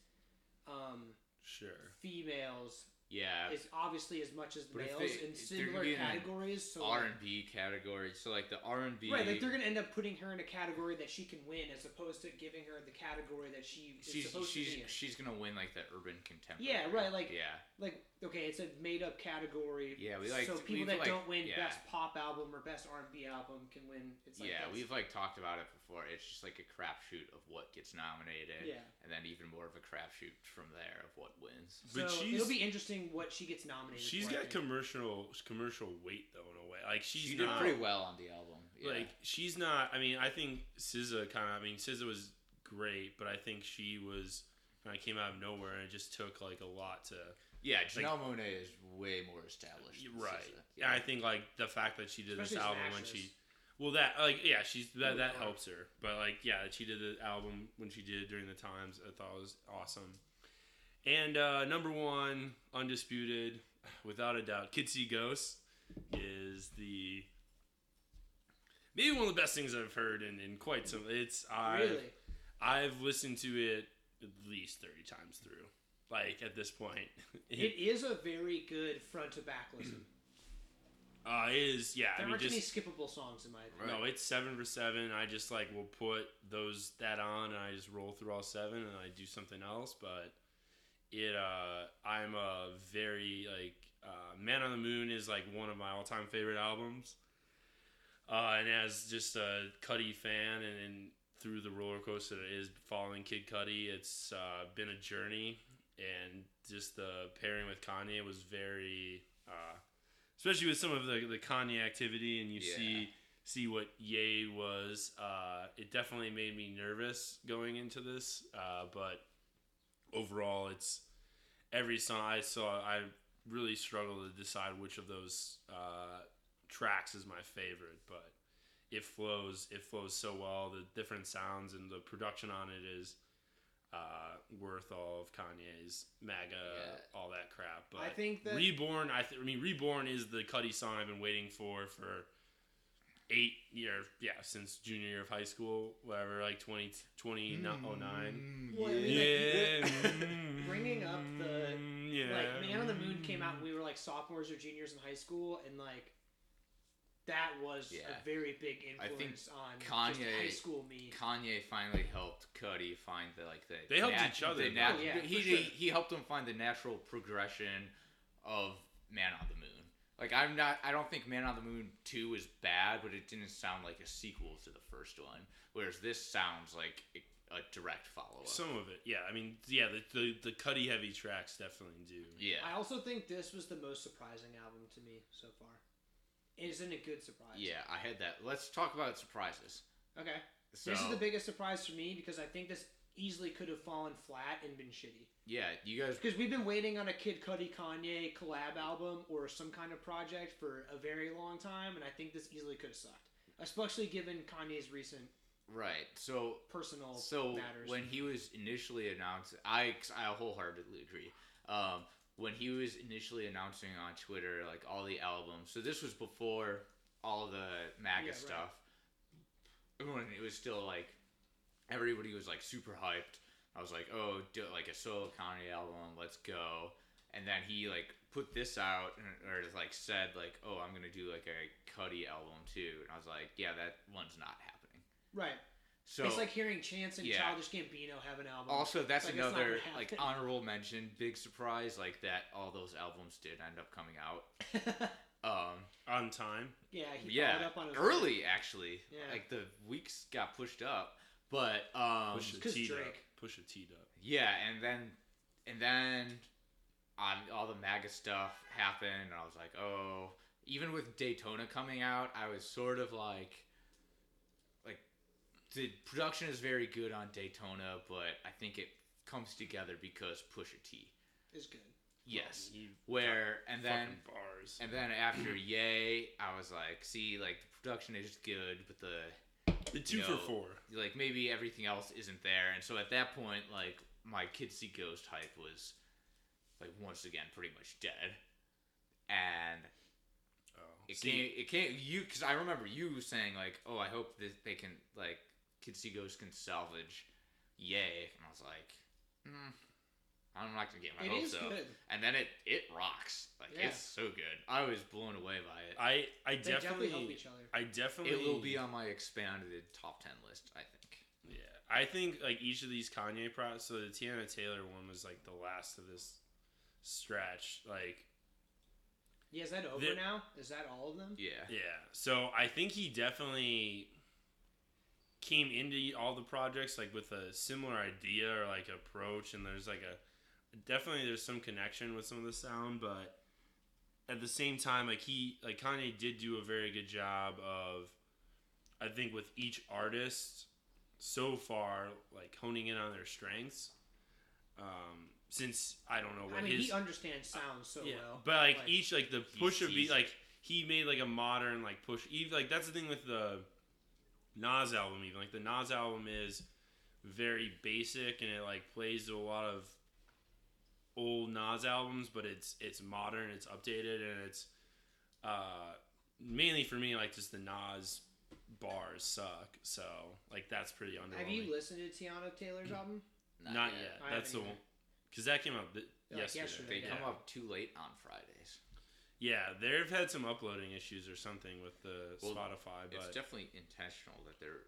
Speaker 1: um,
Speaker 2: sure.
Speaker 1: females
Speaker 3: Yeah.
Speaker 1: is obviously as much as
Speaker 3: But if
Speaker 1: males
Speaker 3: they-
Speaker 1: in
Speaker 3: if they're
Speaker 1: similar
Speaker 3: gonna be in an
Speaker 1: categories. So
Speaker 3: R
Speaker 1: like,
Speaker 3: and B category. So like the R and B.
Speaker 1: Right, like they're gonna end up putting her in a category that she can win, as opposed to giving her the category that she is
Speaker 3: She's
Speaker 1: supposed to
Speaker 3: she's
Speaker 1: be in.
Speaker 3: she's gonna win like the urban contemporary.
Speaker 1: Yeah, right, like-
Speaker 3: yeah,
Speaker 1: Like, okay, it's a made up category.
Speaker 3: Yeah, we like-
Speaker 1: so
Speaker 3: we've
Speaker 1: people that
Speaker 3: like-
Speaker 1: don't win
Speaker 3: yeah.
Speaker 1: best pop album or best R and B album can win. It's like
Speaker 3: yeah.
Speaker 1: that's-
Speaker 3: We've like talked about it before. It's just like a crapshoot of what gets nominated,
Speaker 1: Yeah.
Speaker 3: and then even more of a crapshoot from there of what wins.
Speaker 2: But
Speaker 1: so
Speaker 2: she's-
Speaker 1: it'll be interesting what she gets nominated.
Speaker 2: She's
Speaker 1: for, I
Speaker 2: got
Speaker 1: think.
Speaker 2: commercial commercial weight though in a way. Like she's
Speaker 3: she did
Speaker 2: not
Speaker 3: pretty well on the album. Yeah.
Speaker 2: like she's not. I mean, I think SZA kind of. I mean, SZA was great, but I think she was kind of came out of nowhere and it just took like a lot to.
Speaker 3: yeah, Janelle Monae is way more established. than
Speaker 2: Right.
Speaker 3: SZA.
Speaker 2: Yeah, I think like the fact that she did
Speaker 1: Especially as
Speaker 2: this
Speaker 1: an
Speaker 2: album when
Speaker 1: actress.
Speaker 2: she. Well, that like yeah, she's that that
Speaker 1: Yeah.
Speaker 2: helps her. But like yeah, that she did the album when she did during the times. I thought was awesome. And uh, number one, undisputed, without a doubt, Kitsy Ghost is the maybe one of the best things I've heard in, in quite some. It's I
Speaker 1: really.
Speaker 2: I've listened to it at least thirty times through. Like at this point, [LAUGHS]
Speaker 1: It is a very good front to back listen.
Speaker 2: uh, it is yeah.
Speaker 1: There
Speaker 2: [CLEARS THROAT] I mean,
Speaker 1: aren't
Speaker 2: just
Speaker 1: any skippable songs in my opinion.
Speaker 3: Right.
Speaker 2: No, it's seven for seven. I just like will put those that on and I just roll through all seven and I do something else. But it, uh, I'm a very like uh, Man on the Moon is like one of my all time favorite albums. Uh, and as just a Cuddy fan and, and through the roller coaster that is following Kid Cudi, it's uh, been a journey. And just the pairing with Kanye was very, uh, especially with some of the, the Kanye activity, and you
Speaker 3: Yeah.
Speaker 2: see see what Ye was. Uh, it definitely made me nervous going into this, uh, but overall, it's every song I saw. I really struggled to decide which of those uh, tracks is my favorite, but it flows. It flows so well. The different sounds and the production on it is. Uh, worth all of Kanye's MAGA,
Speaker 3: Yeah.
Speaker 2: all that crap. But
Speaker 1: I think that
Speaker 2: Reborn, I, th- I mean, Reborn is the Cuddy song I've been waiting for for eight years, yeah, since junior year of high school, whatever, like 20, 2009.
Speaker 1: Well, Hmm. I mean,
Speaker 2: Yeah.
Speaker 1: [LAUGHS] bringing up the,
Speaker 2: mm, [LAUGHS] yeah.
Speaker 1: Like Man on the Moon came out when we were like sophomores or juniors in high school, and like that was
Speaker 3: Yeah.
Speaker 1: a very big
Speaker 3: I think
Speaker 1: influence on just
Speaker 3: Kanye-
Speaker 1: high school me.
Speaker 3: [LAUGHS] Kanye finally helped Cuddy find the like the
Speaker 2: They helped each other,
Speaker 3: The
Speaker 2: though.
Speaker 3: nat-
Speaker 1: Oh, yeah,
Speaker 3: he,
Speaker 1: for sure.
Speaker 3: he he helped him find the natural progression of Man on the Moon. Like I'm not. I don't think Man on the Moon Two is bad, but it didn't sound like a sequel to the first one. Whereas this sounds like a, a direct follow up.
Speaker 2: Some of it, yeah. I mean, yeah, the the, the cutty heavy tracks definitely do.
Speaker 3: yeah.
Speaker 1: I also think this was the most surprising album to me so far. Isn't a good surprise.
Speaker 3: Yeah, I had that. Let's talk about surprises.
Speaker 1: Okay.
Speaker 3: So,
Speaker 1: This is the biggest surprise for me because I think this easily could have fallen flat and been shitty.
Speaker 3: Yeah, you guys.
Speaker 1: Because we've been waiting on a Kid Cudi Kanye collab album or some kind of project for a very long time, and I think this easily could have sucked. Especially given Kanye's recent
Speaker 3: Right. So
Speaker 1: personal
Speaker 3: so
Speaker 1: matters.
Speaker 3: when he was initially announced, I I wholeheartedly agree. Um, when he was initially announcing on Twitter, like all the albums. So this was before all the MAGA
Speaker 1: Yeah, right.
Speaker 3: stuff. When it was still like everybody was like super hyped. I was like, oh, do, like a solo Kanye album, let's go. And then he like put this out, and- or like said like, oh, I'm gonna do like a Cuddy album too. And I was like, yeah, that one's not happening.
Speaker 1: right.
Speaker 3: So
Speaker 1: it's like hearing Chance and
Speaker 3: Yeah.
Speaker 1: Childish Gambino have an album.
Speaker 3: also, that's
Speaker 1: Like, it's not
Speaker 3: another
Speaker 1: gonna
Speaker 3: like
Speaker 1: happen.
Speaker 3: honorable mention, big surprise, like that all those albums did end up coming out. Um,
Speaker 2: On time.
Speaker 1: [LAUGHS] yeah, he followed
Speaker 3: yeah,
Speaker 1: up on his
Speaker 3: early actually.
Speaker 1: Yeah.
Speaker 3: Like the weeks got pushed up, but um,
Speaker 2: Push a
Speaker 1: 'cause
Speaker 2: T up.
Speaker 1: Drake.
Speaker 2: Push a T up.
Speaker 3: yeah, and then and then um, all the MAGA stuff happened, and I was like, oh, even with Daytona coming out, I was sort of like, like the production is very good on Daytona, but I think it comes together because Pusha T.
Speaker 1: is good.
Speaker 3: Yes.
Speaker 2: You
Speaker 3: Where and then
Speaker 2: fucking bars.
Speaker 3: and then after Yay, I was like, see, like the production is good, but the
Speaker 2: the two
Speaker 3: you
Speaker 2: for
Speaker 3: know,
Speaker 2: four.
Speaker 3: like maybe everything else isn't there. And so at that point, like my Kids See Ghost hype was like once again pretty much dead. And
Speaker 2: Oh.
Speaker 3: it
Speaker 2: See,
Speaker 3: can't, it can't, you, because I remember you saying, like, oh, I hope that they can, like, Kids See Ghost can salvage Yay. And I was like, mm, I'm not going to get my
Speaker 1: It
Speaker 3: hopes
Speaker 1: is
Speaker 3: up
Speaker 1: good.
Speaker 3: and then it it rocks. Like
Speaker 1: Yeah.
Speaker 3: it's so good. I was blown away by it.
Speaker 2: I I
Speaker 1: They definitely,
Speaker 2: definitely,
Speaker 1: help each other.
Speaker 2: I definitely
Speaker 3: It will be on my expanded top ten list. I think.
Speaker 2: Yeah, I think like each of these Kanye props. So the Tiana Taylor one was like the last of this stretch. Like,
Speaker 1: Yeah, is that over
Speaker 2: The-
Speaker 1: now? Is that all of them?
Speaker 3: Yeah.
Speaker 2: yeah. So I think he definitely came into all the projects like with a similar idea or like approach, and there's like a definitely there's some connection with some of the sound, but at the same time, like he like Kanye did do a very good job of, I think with each artist so far like honing in on their strengths. Um, since I don't know what
Speaker 1: I mean,
Speaker 2: his
Speaker 1: he understands sound so well.
Speaker 2: but like,
Speaker 1: Like,
Speaker 2: each like the push of
Speaker 3: sees
Speaker 2: beat,
Speaker 3: it.
Speaker 2: like he made like a modern like push. Even like that's the thing with the Nas album. Even like the Nas album is very basic and it like plays to a lot of old Nas albums, but it's it's modern, it's updated, and it's uh, mainly for me like just the Nas bars suck. So like that's pretty underwhelming.
Speaker 1: Have you listened to Tiana Taylor's
Speaker 2: Mm.
Speaker 1: album?
Speaker 2: Not, yet.
Speaker 1: I haven't
Speaker 2: That's the
Speaker 1: either.
Speaker 2: one because that came out th-
Speaker 1: Like,
Speaker 2: yesterday.
Speaker 1: yesterday,
Speaker 3: They
Speaker 1: Yeah.
Speaker 3: come up too late on Fridays.
Speaker 2: Yeah, they've had some uploading issues or something with the
Speaker 3: Well,
Speaker 2: Spotify,
Speaker 3: It's
Speaker 2: but
Speaker 3: definitely intentional that they're.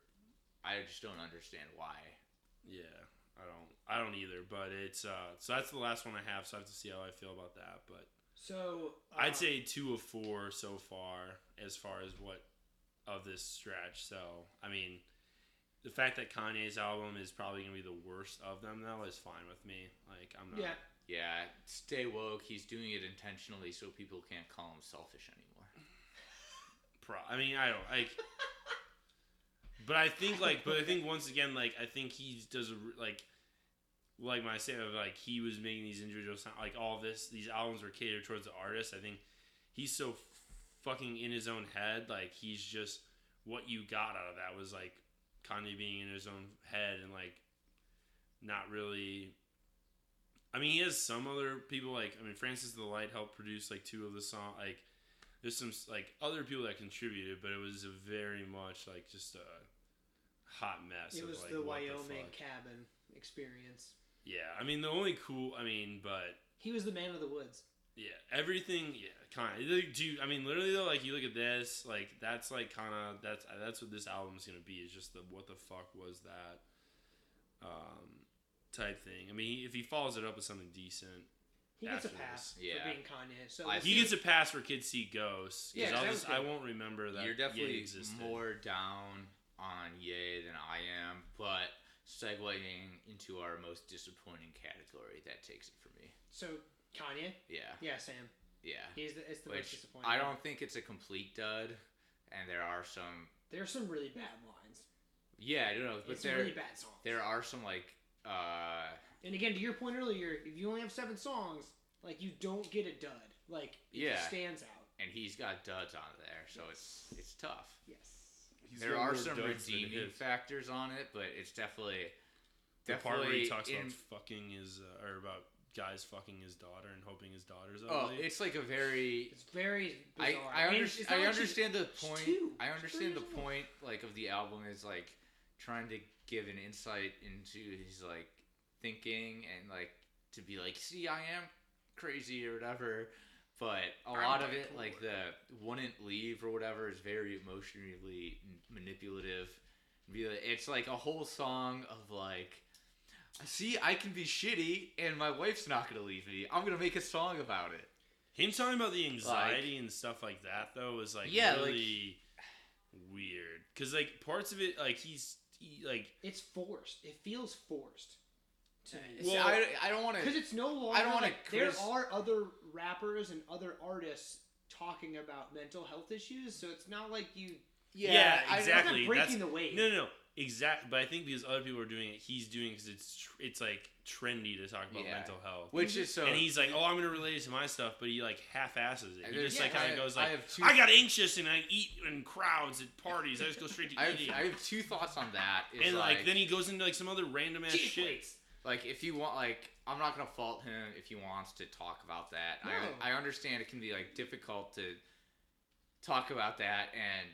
Speaker 3: I just don't understand why.
Speaker 2: yeah, I don't, I don't either. But it's uh, so that's the last one I have, so I have to see how I feel about that. But
Speaker 1: So uh,
Speaker 2: I'd say two of four so far, as far as what of this stretch. So I mean, the fact that Kanye's album is probably gonna be the worst of them though is fine with me. Like I'm not.
Speaker 1: um, Yeah,
Speaker 3: Yeah, stay woke. He's doing it intentionally so people can't call him selfish anymore.
Speaker 2: pro. I mean, I don't like. but I think like, but I think once again, like, I think he does a, re- like, like my statement of like he was making these individual sound like all this. These albums were catered towards the artist. I think he's so fucking in his own head. Like he's just what you got out of that was like Kanye being in his own head and like not really. I mean, he has some other people like I mean, Francis the Light helped produce like two of the song like there's some like other people that contributed, but it was a very much like just a hot mess.
Speaker 1: it
Speaker 2: of,
Speaker 1: was
Speaker 2: like,
Speaker 1: the
Speaker 2: what
Speaker 1: Wyoming
Speaker 2: fuck.
Speaker 1: cabin experience.
Speaker 2: yeah, I mean the only cool. I mean, but
Speaker 1: He was the man of the woods.
Speaker 2: yeah, everything. Yeah, kind. Of, do you- I mean literally though? Like you look at this, like that's like kind of that's that's what this album's gonna be. Is just the what the fuck was that, um, type thing. I mean, if he follows it up with something decent,
Speaker 1: He gets a
Speaker 2: after
Speaker 1: pass
Speaker 3: this. Yeah.
Speaker 1: for being Kanye. So
Speaker 3: I
Speaker 1: let's
Speaker 2: He
Speaker 1: see.
Speaker 2: gets a pass for kids see ghosts.
Speaker 1: Yeah,
Speaker 2: Yeah,
Speaker 1: 'cause
Speaker 2: I'll
Speaker 1: that
Speaker 2: just,
Speaker 1: was
Speaker 2: I
Speaker 1: good.
Speaker 2: won't remember that.
Speaker 3: You're
Speaker 2: it
Speaker 3: definitely
Speaker 2: existed.
Speaker 3: more down on Ye than I am, but segueing into our most disappointing category, that takes it for me.
Speaker 1: so Kanye.
Speaker 3: Yeah,
Speaker 1: Yeah, Sam.
Speaker 3: yeah.
Speaker 1: He's the, it's the most
Speaker 3: Which
Speaker 1: disappointing.
Speaker 3: I don't think it's a complete dud, and there are some.
Speaker 1: There's some really bad lines.
Speaker 3: Yeah, I don't know, but
Speaker 1: it's
Speaker 3: there
Speaker 1: really bad songs.
Speaker 3: there are some like uh
Speaker 1: And again, to your point earlier, if you only have seven songs, like you don't get a dud. Like it
Speaker 3: Yeah.
Speaker 1: just stands out.
Speaker 3: and he's got duds on there, so it's it's tough.
Speaker 1: Yes.
Speaker 2: He's
Speaker 3: there
Speaker 2: got
Speaker 3: are
Speaker 2: more
Speaker 3: some
Speaker 2: duds than
Speaker 3: redeeming
Speaker 2: hits.
Speaker 3: factors on it, but it's definitely
Speaker 2: The part where
Speaker 3: definitely
Speaker 2: he talks
Speaker 3: in-
Speaker 2: about fucking his uh, or about guys fucking his daughter and hoping his daughter's
Speaker 3: Oh,
Speaker 2: ugly.
Speaker 3: it's like a very
Speaker 1: It's very
Speaker 3: I,
Speaker 1: bizarre.
Speaker 3: I,
Speaker 1: And
Speaker 3: under,
Speaker 1: it's- it's not
Speaker 3: I
Speaker 1: like she's-
Speaker 3: understand the
Speaker 1: she's
Speaker 3: point.
Speaker 1: two.
Speaker 3: I
Speaker 1: She's three
Speaker 3: understand the
Speaker 1: years old.
Speaker 3: point, like of the album is like trying to give an insight into his like thinking and like to be like, see, I am crazy or whatever. But a
Speaker 1: I'm
Speaker 3: lot of it,
Speaker 1: bipolar.
Speaker 3: like the wouldn't leave or whatever, is very emotionally manipulative. Be like- It's like a whole song of like, see, I can be shitty and my wife's not gonna leave me. I'm gonna make a song about it.
Speaker 2: Him talking about the anxiety and stuff like that though was like
Speaker 3: Yeah, like-
Speaker 2: really weird because like parts of it like he's he, like
Speaker 1: It's forced. It feels forced to me.
Speaker 3: Well,
Speaker 2: Well-
Speaker 3: I, I don't want to.
Speaker 1: because it's no longer.
Speaker 3: I don't wanna
Speaker 1: like, there
Speaker 3: cris-
Speaker 1: are other rappers and other artists talking about mental health issues, so it's not like you.
Speaker 2: yeah,
Speaker 3: I-
Speaker 2: exactly
Speaker 1: It's not
Speaker 2: That's-
Speaker 1: breaking the wave.
Speaker 2: no no no exact but I think because other people are doing it he's doing because it's tr- it's like trendy to talk about
Speaker 3: Yeah.
Speaker 2: mental health
Speaker 3: which is so.
Speaker 2: and he's like oh I'm gonna relate it to my stuff but he like half asses it
Speaker 3: and
Speaker 2: he
Speaker 3: there's-
Speaker 2: just like kind
Speaker 3: I-
Speaker 2: of goes like
Speaker 3: I
Speaker 2: I,
Speaker 3: have two.
Speaker 2: got anxious and I eat in crowds at parties I just go straight
Speaker 3: [LAUGHS]
Speaker 2: to
Speaker 3: I have,
Speaker 2: eating
Speaker 3: I have two thoughts on that. Is
Speaker 2: and like,
Speaker 3: like,
Speaker 2: then he goes into like some other random ass
Speaker 1: Jeez,
Speaker 2: shit
Speaker 1: please.
Speaker 3: like if you want, like, I'm not gonna fault him if he wants to talk about that.
Speaker 1: No.
Speaker 3: I, I understand it can be like difficult to talk about that, and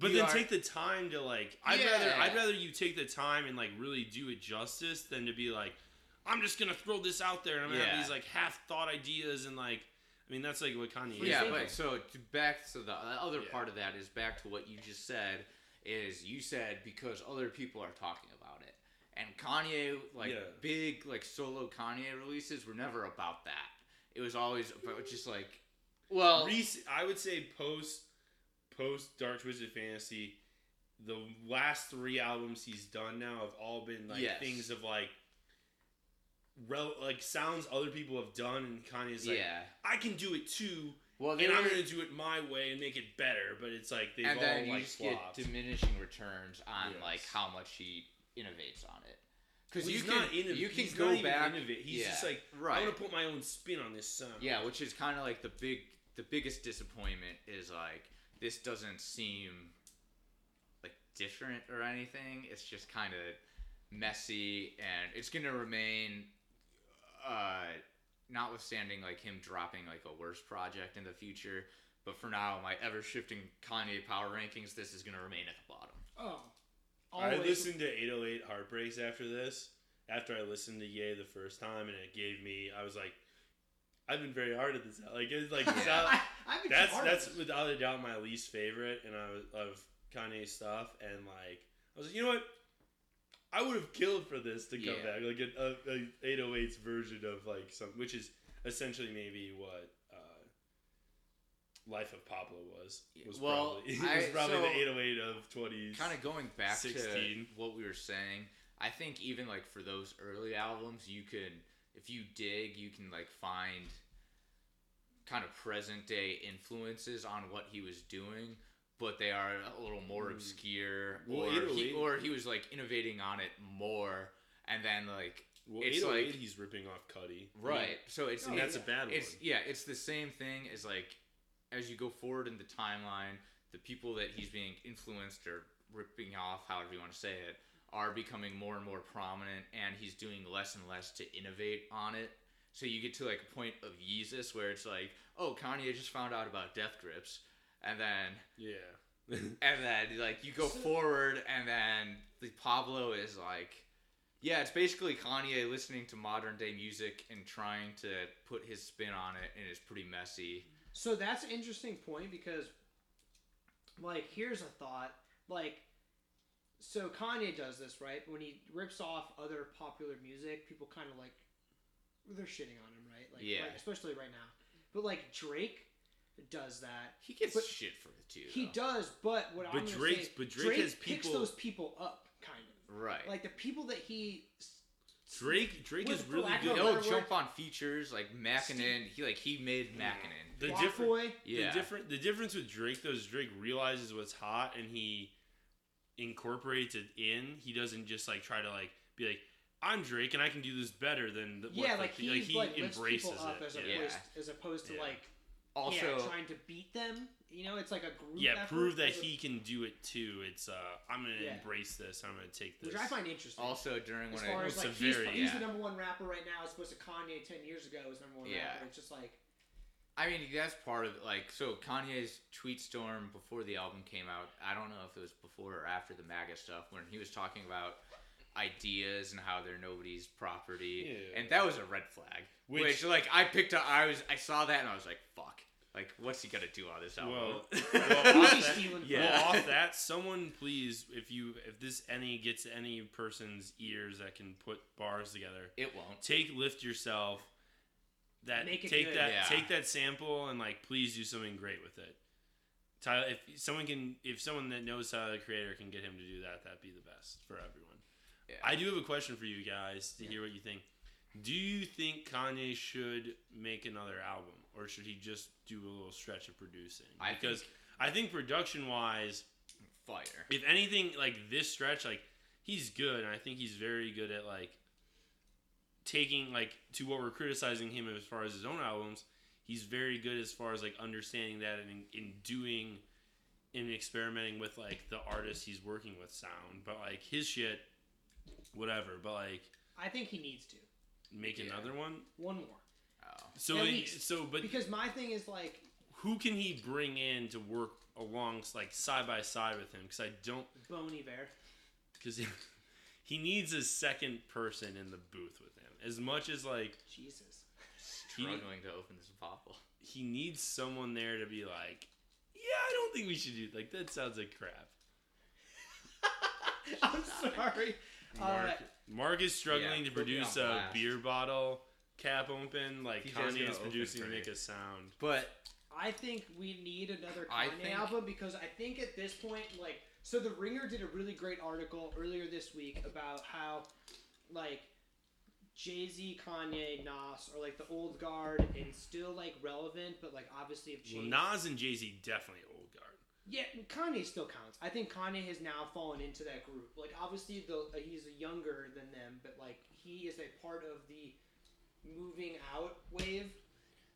Speaker 2: But
Speaker 3: You
Speaker 2: then
Speaker 3: are-
Speaker 2: take the time to like. I'd rather
Speaker 3: Yeah.
Speaker 2: I'd rather you take the time and like really do it justice than to be like, I'm just gonna throw this out there and I'm gonna
Speaker 3: Yeah.
Speaker 2: have these like half thought ideas and like. I mean that's like what Kanye.
Speaker 1: Free
Speaker 2: is.
Speaker 3: yeah.
Speaker 1: thinking.
Speaker 3: But so to back to the other
Speaker 2: Yeah.
Speaker 3: part of that is back to what you just said. Is you said because other people are talking about it, and Kanye like
Speaker 2: Yeah.
Speaker 3: big like solo Kanye releases were never about that. It was always about just like, well,
Speaker 2: Rec- I would say post post Dark Twisted Fantasy, the last three albums he's done now have all been like
Speaker 3: Yes.
Speaker 2: things of like. Rel- like sounds other people have done, and Kanye's like,
Speaker 3: yeah.
Speaker 2: I can do it too,
Speaker 3: Well,
Speaker 2: and
Speaker 3: there
Speaker 2: I'm
Speaker 3: were-
Speaker 2: gonna do it my way and make it better. But it's like they've
Speaker 3: and
Speaker 2: all
Speaker 3: then you
Speaker 2: like
Speaker 3: just
Speaker 2: flopped.
Speaker 3: get diminishing returns on like
Speaker 2: Yes.
Speaker 3: how much he innovates on it. Because
Speaker 2: Well,
Speaker 3: you
Speaker 2: he's
Speaker 3: can
Speaker 2: not innov-
Speaker 3: you can
Speaker 2: he's not
Speaker 3: go
Speaker 2: even
Speaker 3: back.
Speaker 2: innovat- He's
Speaker 3: yeah,
Speaker 2: just like I
Speaker 3: right.
Speaker 2: want to put my own spin on this sound.
Speaker 3: yeah, which is kind of like the big the biggest disappointment is like this doesn't seem like different or anything. It's just kind of messy, and it's gonna remain. Uh, notwithstanding like him dropping like a worse project in the future, but for now, my ever shifting Kanye power rankings, this is gonna remain at the bottom.
Speaker 1: Oh,
Speaker 2: I
Speaker 1: always.
Speaker 2: listened to 808 Heartbreaks after this. After I listened to Yay the first time, and it gave me, I was like, I've been very hard at this. al- Like
Speaker 1: [LAUGHS]
Speaker 2: it's like this al-
Speaker 1: I, I've been
Speaker 2: that's
Speaker 1: hard on
Speaker 2: that's
Speaker 1: this.
Speaker 2: without a doubt my least favorite, and I was of Kanye's stuff. And like I was like, you know what? I would have killed for this to come
Speaker 3: Yeah.
Speaker 2: back, like an a, a 808's version of like some, which is essentially maybe what. uh, Life of Pablo was was
Speaker 3: Well,
Speaker 2: probably [LAUGHS] it
Speaker 3: I-
Speaker 2: was probably
Speaker 3: so-
Speaker 2: the 808 of 20s.
Speaker 3: kind of going back
Speaker 2: 16.
Speaker 3: to what we were saying i think even like for those early albums you can if you dig you can like find kind of present day influences on what he was doing but they are a little more
Speaker 2: Mm.
Speaker 3: obscure
Speaker 2: Well,
Speaker 3: or, he,
Speaker 2: 808
Speaker 3: or he was like innovating on it more and then like
Speaker 2: well,
Speaker 3: it's
Speaker 2: 808
Speaker 3: like-
Speaker 2: he's ripping off Cuddy,
Speaker 3: right so it's
Speaker 2: And
Speaker 1: Oh,
Speaker 2: that's a bad one.
Speaker 3: it's yeah, it's the same thing as like as you go forward in the timeline, the people that he's being influenced or ripping off, however you want to say it, are becoming more and more prominent, and he's doing less and less to innovate on it. So you get to like a point of Yeezus where it's like, oh, Kanye just found out about death grips, and then
Speaker 2: Yeah, [LAUGHS]
Speaker 3: and then like you go
Speaker 1: So-
Speaker 3: forward, and then the Pablo is like, yeah, it's basically Kanye listening to modern day music and trying to put his spin on it, and it's pretty messy.
Speaker 1: So that's an interesting point because, like, here's a thought. Like, so Kanye does this, right? When he rips off other popular music, people kind of like they're shitting on him, right? Like,
Speaker 3: Yeah.
Speaker 1: right- especially right now. But like Drake does that.
Speaker 3: He gets
Speaker 1: But-
Speaker 3: shit for it too.
Speaker 1: He
Speaker 3: though.
Speaker 1: does, but what
Speaker 2: But
Speaker 1: I'm gonna
Speaker 2: Drake's-
Speaker 1: say,
Speaker 2: but Drake has
Speaker 1: picks
Speaker 2: people-
Speaker 1: those people up, kind of
Speaker 3: Right.
Speaker 1: like the people that he. s-
Speaker 2: Drake Drake
Speaker 1: With-
Speaker 2: is
Speaker 1: for
Speaker 2: really
Speaker 1: lack of a
Speaker 2: good.
Speaker 1: better
Speaker 3: He'll
Speaker 1: word-
Speaker 3: jump on features like Mackinnon. He like he made Mackinnon.
Speaker 2: The
Speaker 1: Block
Speaker 2: different-
Speaker 1: Boy.
Speaker 3: Yeah.
Speaker 2: The different the difference with Drake though is Drake realizes what's hot and he incorporates it in. He doesn't just like try to like be like I'm Drake and I can do this better than the, what
Speaker 1: Yeah,
Speaker 2: the-
Speaker 1: like he, like, lifts people up as
Speaker 2: yeah.
Speaker 1: opposed as opposed to
Speaker 2: Yeah.
Speaker 1: like
Speaker 3: also,
Speaker 1: yeah, trying to beat them. You know, it's like a group.
Speaker 2: Yeah,
Speaker 1: effort
Speaker 2: prove that
Speaker 1: as a-
Speaker 2: he can do it too. It's uh, I'm gonna
Speaker 1: Yeah.
Speaker 2: embrace this. I'm gonna take this.
Speaker 1: which I find interesting.
Speaker 3: also during
Speaker 1: as
Speaker 3: when
Speaker 1: far
Speaker 3: I,
Speaker 1: as
Speaker 2: it's
Speaker 1: like
Speaker 2: a
Speaker 1: he's,
Speaker 2: very-
Speaker 1: he's
Speaker 3: yeah.
Speaker 1: the number one rapper right now, as opposed to Kanye ten years ago was number one
Speaker 3: Yeah.
Speaker 1: rapper. It's just like
Speaker 3: I mean that's part of like so Kanye's tweet storm before the album came out. I don't know if it was before or after the MAGA stuff when he was talking about ideas and how they're nobody's property,
Speaker 2: Yeah.
Speaker 3: and that was a red flag. Which,
Speaker 2: Which-
Speaker 3: like I picked up, I was I saw that and I was like, fuck, like what's he gonna do on this album? [LAUGHS]
Speaker 2: Well,
Speaker 1: Who's
Speaker 2: well,
Speaker 1: he
Speaker 2: off that,
Speaker 1: stealing
Speaker 2: well,
Speaker 3: Yeah. [LAUGHS]
Speaker 2: off that, someone please, if you, if this any gets to any person's ears that can put bars together,
Speaker 3: It won't.
Speaker 2: take lift yourself. That
Speaker 1: Make it
Speaker 2: take
Speaker 1: good.
Speaker 2: that
Speaker 3: Yeah.
Speaker 2: take that sample and like please do something great with it. Tyler, if someone can, if someone that knows Tyler the Creator can get him to do that, that'd be the best for everyone.
Speaker 3: Yeah.
Speaker 2: I do have a question for you guys to
Speaker 3: Yeah.
Speaker 2: hear what you think. Do you think Kanye should make another album, or should he just do a little stretch of producing?
Speaker 3: I
Speaker 2: because I think production wise,
Speaker 3: Fire.
Speaker 2: if anything, like this stretch, like he's good, and I think he's very good at like taking like to what we're criticizing him as far as his own albums. He's very good as far as like understanding that and in doing and experimenting with like the artist he's working with sound, but like his shit, whatever. But like
Speaker 1: I think he needs to
Speaker 2: make
Speaker 3: Yeah.
Speaker 2: another one.
Speaker 1: one more
Speaker 3: Oh.
Speaker 2: So
Speaker 1: At
Speaker 2: it-
Speaker 1: least.
Speaker 2: so, but
Speaker 1: because my thing is like
Speaker 2: who can he bring in to work along like side by side with him? Because I don't
Speaker 1: Bon Iver.
Speaker 2: because he, [LAUGHS] he needs a second person in the booth with him. As much as like [LAUGHS]
Speaker 1: Jesus, [LAUGHS]
Speaker 2: He-
Speaker 3: Struggling to open this bottle.
Speaker 2: he needs someone there to be like, yeah, I don't think we should do like that. Sounds like crap.
Speaker 1: I'm sorry.
Speaker 2: Mark,
Speaker 1: Uh,
Speaker 2: Mark is struggling
Speaker 3: yeah,
Speaker 2: to
Speaker 3: put me on
Speaker 2: produce a
Speaker 3: blast.
Speaker 2: beer bottle cap open. Like
Speaker 3: He's just
Speaker 2: Kanye
Speaker 3: gonna
Speaker 2: is
Speaker 3: open
Speaker 2: producing to
Speaker 3: for
Speaker 2: make
Speaker 3: you.
Speaker 2: a sound.
Speaker 3: But
Speaker 1: I think we need another
Speaker 3: I
Speaker 1: Kanye
Speaker 3: think-
Speaker 1: album because I think at this point, like, so the Ringer did a really great article earlier this week about how, like, Jay Z, Kanye, Nas are like the old guard and still like relevant, but like obviously have
Speaker 2: Well,
Speaker 1: changed.
Speaker 2: Nas and Jay Z definitely old guard.
Speaker 1: Yeah, Kanye still counts. I think Kanye has now fallen into that group. Like, obviously, the uh, he's younger than them, but like he is a part of the moving out wave.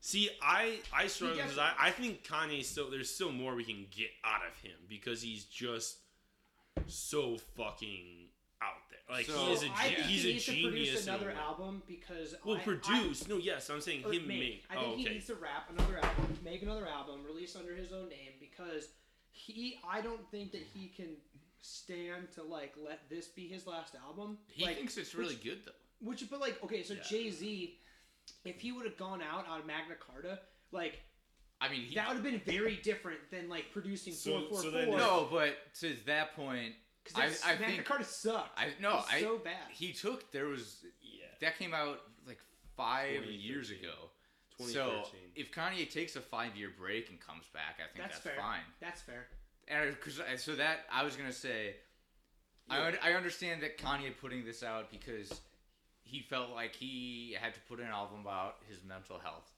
Speaker 2: See, I I struggle
Speaker 1: gets
Speaker 2: because
Speaker 1: it.
Speaker 2: I, I think Kanye still there's still more we can get out of him because he's just so fucking out there. Like
Speaker 3: So,
Speaker 2: he is a
Speaker 1: So I
Speaker 2: ge-
Speaker 1: think
Speaker 2: he's
Speaker 1: he
Speaker 2: a
Speaker 1: needs to
Speaker 2: genius.
Speaker 1: produce
Speaker 2: in a
Speaker 1: another
Speaker 2: way.
Speaker 1: album because
Speaker 2: Well,
Speaker 1: I- I-
Speaker 2: produce. no, yes, I'm saying
Speaker 1: or
Speaker 2: him
Speaker 1: make.
Speaker 2: make.
Speaker 1: I think
Speaker 2: oh,
Speaker 1: he
Speaker 2: okay.
Speaker 1: needs to rap another album, make another album, release under his own name because he. I don't think that he can stand to like let this be his last album.
Speaker 3: he
Speaker 1: like,
Speaker 3: thinks it's really good though.
Speaker 1: which, but like, okay, so
Speaker 3: Yeah.
Speaker 1: Jay Z, if he would have gone out on Magna Carta, like
Speaker 3: I mean, he,
Speaker 1: that would have been very different than like producing
Speaker 2: So-
Speaker 1: four four
Speaker 2: so
Speaker 1: four.
Speaker 2: then-
Speaker 3: no, but to that point, I-
Speaker 1: because
Speaker 3: I
Speaker 1: Magna
Speaker 3: think-
Speaker 1: Carta sucked.
Speaker 3: I no,
Speaker 1: It's
Speaker 3: I
Speaker 1: so bad.
Speaker 3: he took there was
Speaker 2: Yeah.
Speaker 3: that came out like five
Speaker 2: 2013.
Speaker 3: years ago. So
Speaker 2: 2013.
Speaker 3: if Kanye takes a five year break and comes back, I think
Speaker 1: That's
Speaker 3: that's,
Speaker 1: fair.
Speaker 3: fine.
Speaker 1: That's fair.
Speaker 3: And 'cause I- so that I was gonna say, I
Speaker 2: Yeah.
Speaker 3: un- I understand that Kanye putting this out because he felt like he had to put an album about his mental health.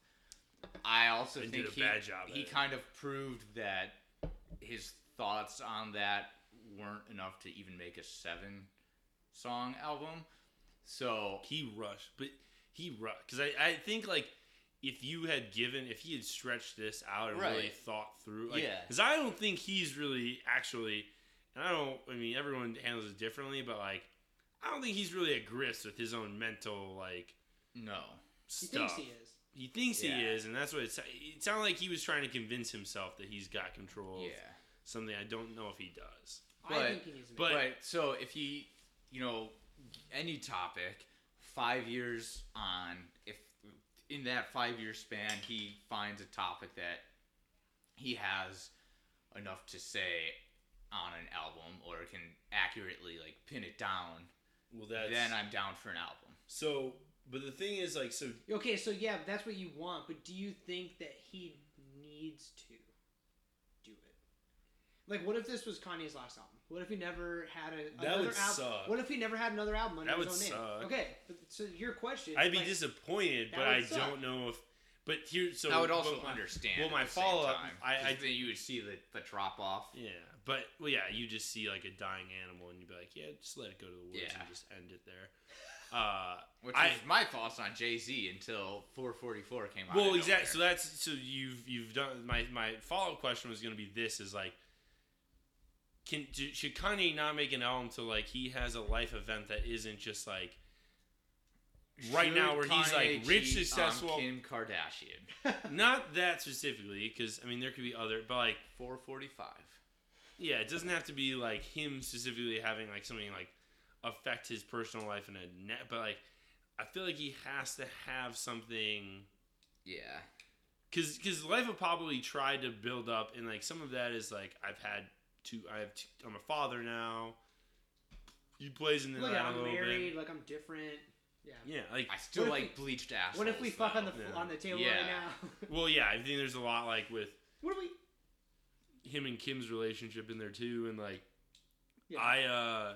Speaker 3: I also
Speaker 2: And
Speaker 3: think
Speaker 2: did a
Speaker 3: he
Speaker 2: bad job at
Speaker 3: he
Speaker 2: it.
Speaker 3: kind of proved that his thoughts on that weren't enough to even make a seven song album. So
Speaker 2: he rushed, but he rushed because I, I think like if you had given if he had stretched this out and really
Speaker 3: Right.
Speaker 2: thought through, like,
Speaker 3: Yeah.
Speaker 2: because I don't think he's really actually, and I don't, I mean, everyone handles it differently, but like, I don't think he's really at grips with his own mental like
Speaker 3: no,
Speaker 1: He thinks
Speaker 2: stuff.
Speaker 1: he is.
Speaker 2: He thinks he
Speaker 3: Yeah.
Speaker 2: is, and that's what it's, it sounded like. He was trying to convince himself that he's got control.
Speaker 3: yeah.
Speaker 2: Of something I don't know if he does.
Speaker 1: I
Speaker 3: But-
Speaker 1: think he needs. to make
Speaker 2: but-
Speaker 3: But, so if he, you know, any topic, five years on, if in that five year span he finds a topic that he has enough to say on an album or can accurately like pin it down,
Speaker 2: Well, that's
Speaker 3: then I'm down for an album.
Speaker 2: So But the thing is, like, so
Speaker 1: Okay, so yeah, that's what you want, but do you think that he needs to do it? Like, what if this was Kanye's last album? What if he never had a,
Speaker 2: That
Speaker 1: another
Speaker 2: would
Speaker 1: album?
Speaker 2: suck.
Speaker 1: What if he never had another album under
Speaker 2: That
Speaker 1: his
Speaker 2: would
Speaker 1: own
Speaker 2: suck.
Speaker 1: name? Okay, but, so your question.
Speaker 2: I'd be
Speaker 1: like,
Speaker 2: disappointed,
Speaker 1: that
Speaker 2: but
Speaker 1: would
Speaker 2: I
Speaker 1: suck.
Speaker 2: don't know if. But here, so
Speaker 3: I would also
Speaker 2: but my-
Speaker 3: understand.
Speaker 2: well,
Speaker 3: at
Speaker 2: my
Speaker 3: the same
Speaker 2: follow-up,
Speaker 3: time,
Speaker 2: I-
Speaker 3: 'cause
Speaker 2: I-
Speaker 3: then you would see the, the drop off.
Speaker 2: Yeah, but well, yeah, you just see like a dying animal, and you'd be like, yeah, just let it go to the woods
Speaker 3: Yeah.
Speaker 2: and just end it there.
Speaker 3: [LAUGHS]
Speaker 2: Uh,
Speaker 3: Which
Speaker 2: I-
Speaker 3: is my thoughts on Jay Z until 444 came out.
Speaker 2: well,
Speaker 3: of
Speaker 2: exactly.
Speaker 3: nowhere.
Speaker 2: So that's so you've you've done my my follow up question was going to be this is like, can do, should Kanye not make an album till like he has a life event that isn't just like right
Speaker 3: Should
Speaker 2: now where he's
Speaker 3: Kanye
Speaker 2: like rich
Speaker 3: cheat on
Speaker 2: successful,
Speaker 3: Kim Kardashian.
Speaker 2: not that specifically because I mean there could be other, but like
Speaker 3: 445.
Speaker 2: Yeah, it doesn't have to be like him specifically having like something like affect his personal life in a net, but like I feel like he has to have something
Speaker 3: Yeah.
Speaker 2: because because life of Pablo he tried to build up and like some of that is like I've had two I have two, I'm a father now. He plays into
Speaker 1: Look,
Speaker 2: that a
Speaker 1: I'm
Speaker 2: little
Speaker 1: married.
Speaker 2: bit.
Speaker 1: Like I'm different. Yeah.
Speaker 2: Yeah, like
Speaker 3: I still
Speaker 1: What if
Speaker 3: like bleached ass.
Speaker 1: What if we fuck on the
Speaker 2: Yeah.
Speaker 1: on the table
Speaker 3: Yeah.
Speaker 1: right now? [LAUGHS]
Speaker 2: well, yeah, I think there's a lot like with
Speaker 1: what do we?
Speaker 2: him and Kim's relationship in there too, and like
Speaker 1: Yeah.
Speaker 2: I uh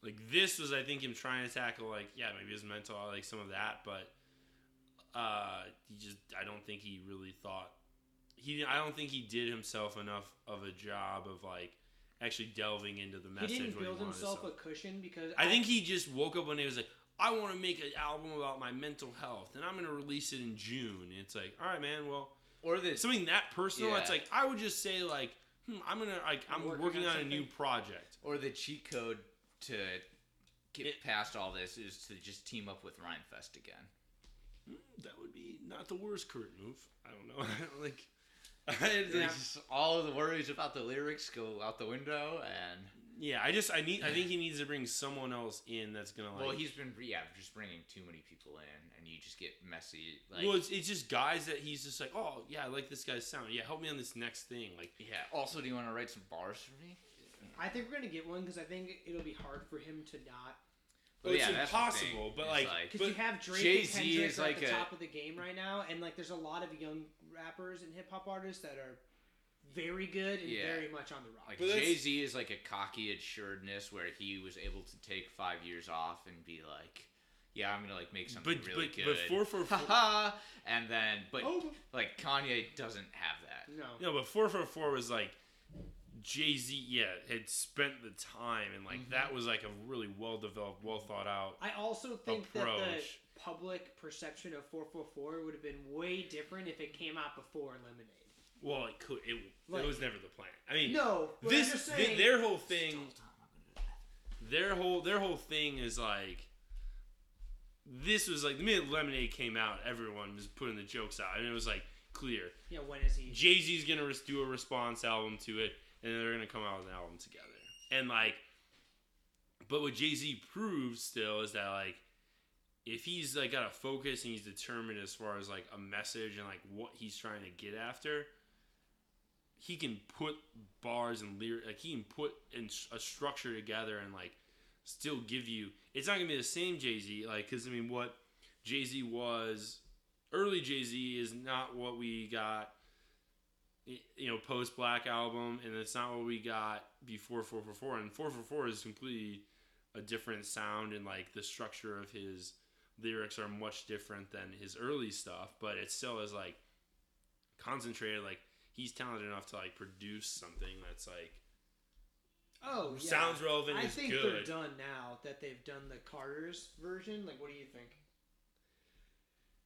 Speaker 2: like this was I think him trying to tackle like yeah maybe his mental like some of that but uh he just I don't think he really thought he I don't think he did himself enough of a job of like actually delving into the
Speaker 1: he
Speaker 2: message
Speaker 1: didn't
Speaker 2: what
Speaker 1: build
Speaker 2: wanted to
Speaker 1: himself
Speaker 2: sell.
Speaker 1: a cushion because
Speaker 2: I think he just woke up one day and was like, I want to make an album about my mental health, and I'm going to release it in June. And it's like, all right, man, well,
Speaker 3: Or the
Speaker 2: something that personal.
Speaker 3: Yeah.
Speaker 2: It's like I would just say like, hmm, I'm gonna like I'm working,
Speaker 1: Working on
Speaker 2: on a new
Speaker 1: something.
Speaker 2: project.
Speaker 3: or the cheat code to get
Speaker 2: It-
Speaker 3: past all this is to just team up with Rhinefest [LAUGHS] again.
Speaker 2: Mm, That would be not the worst career move. I don't know. [LAUGHS] I don't like. I,
Speaker 3: It's
Speaker 2: like,
Speaker 3: just all of the worries about the lyrics go out the window, and
Speaker 2: yeah, I just I need. I think he needs to bring someone else in that's gonna like.
Speaker 3: well, he's been yeah just bringing too many people in, and you just get messy. Like
Speaker 2: well, it's, it's just guys that he's just like, oh yeah, I like this guy's sound. Yeah, help me on this next thing. Like,
Speaker 3: yeah. Also, do you want to write some bars for me?
Speaker 1: I think we're gonna get one because I think it'll be hard for him to not.
Speaker 2: well,
Speaker 3: yeah, that's
Speaker 2: it's
Speaker 3: the thing.
Speaker 2: impossible. But
Speaker 3: It's
Speaker 2: like,
Speaker 3: like-
Speaker 1: Because you
Speaker 2: but
Speaker 1: have Drake
Speaker 3: Jay-Z
Speaker 1: and Kendrick
Speaker 3: is
Speaker 1: are
Speaker 3: like
Speaker 1: at the
Speaker 3: a-
Speaker 1: top of the game right now, and like there's a lot of young rappers and hip hop artists that are very good and
Speaker 3: Yeah.
Speaker 1: very much on the rock.
Speaker 3: Like
Speaker 2: But that's-
Speaker 3: Jay Z is like a cocky assuredness where he was able to take five years off and be like, yeah, I'm gonna like make something
Speaker 2: but
Speaker 3: really
Speaker 2: but,
Speaker 3: good.
Speaker 2: but
Speaker 3: [LAUGHS]
Speaker 2: four for four.
Speaker 3: haha, and then but
Speaker 1: oh
Speaker 3: like Kanye doesn't have that.
Speaker 1: no,
Speaker 2: No, but four four four was like Jay Z. Yeah, had spent the time and like
Speaker 3: Mhm.
Speaker 2: that was like a really well developed, well thought out.
Speaker 1: I also think that
Speaker 2: Approach.
Speaker 1: the public perception of 444 would have been way different if it came out before Lemonade.
Speaker 2: Well, it could. It,
Speaker 1: Like-
Speaker 2: it was never the plan. I mean,
Speaker 1: No, but I'm
Speaker 2: this
Speaker 1: just
Speaker 2: th-
Speaker 1: saying,
Speaker 2: their whole thing. Their whole their whole thing is like. This was like the minute Lemonade came out, everyone was putting the jokes out, and it was like clear.
Speaker 1: yeah, when is he?
Speaker 2: Jay Z's gonna res- do a response album to it, and then they're gonna come out with an album together. And like, but what Jay Z proves still is that like, if he's like got a focus and he's determined as far as like a message and like what he's trying to get after, he can put bars and lyric, like he can put in s- a structure together and like still give you. It's not gonna be the same Jay Z, like, cause I mean, what Jay Z was. Early Jay Z is not what we got y- you know post black album and it's not what we got before 444 and 444 is completely a different sound and like the structure of his lyrics are much different than his early stuff but it still is like concentrated like he's talented enough to like produce something that's like
Speaker 1: Oh, yeah.
Speaker 2: sounds relevant
Speaker 1: I
Speaker 2: is
Speaker 1: think they're
Speaker 2: good
Speaker 1: done now that they've done the Carter's version. Like, what do you think?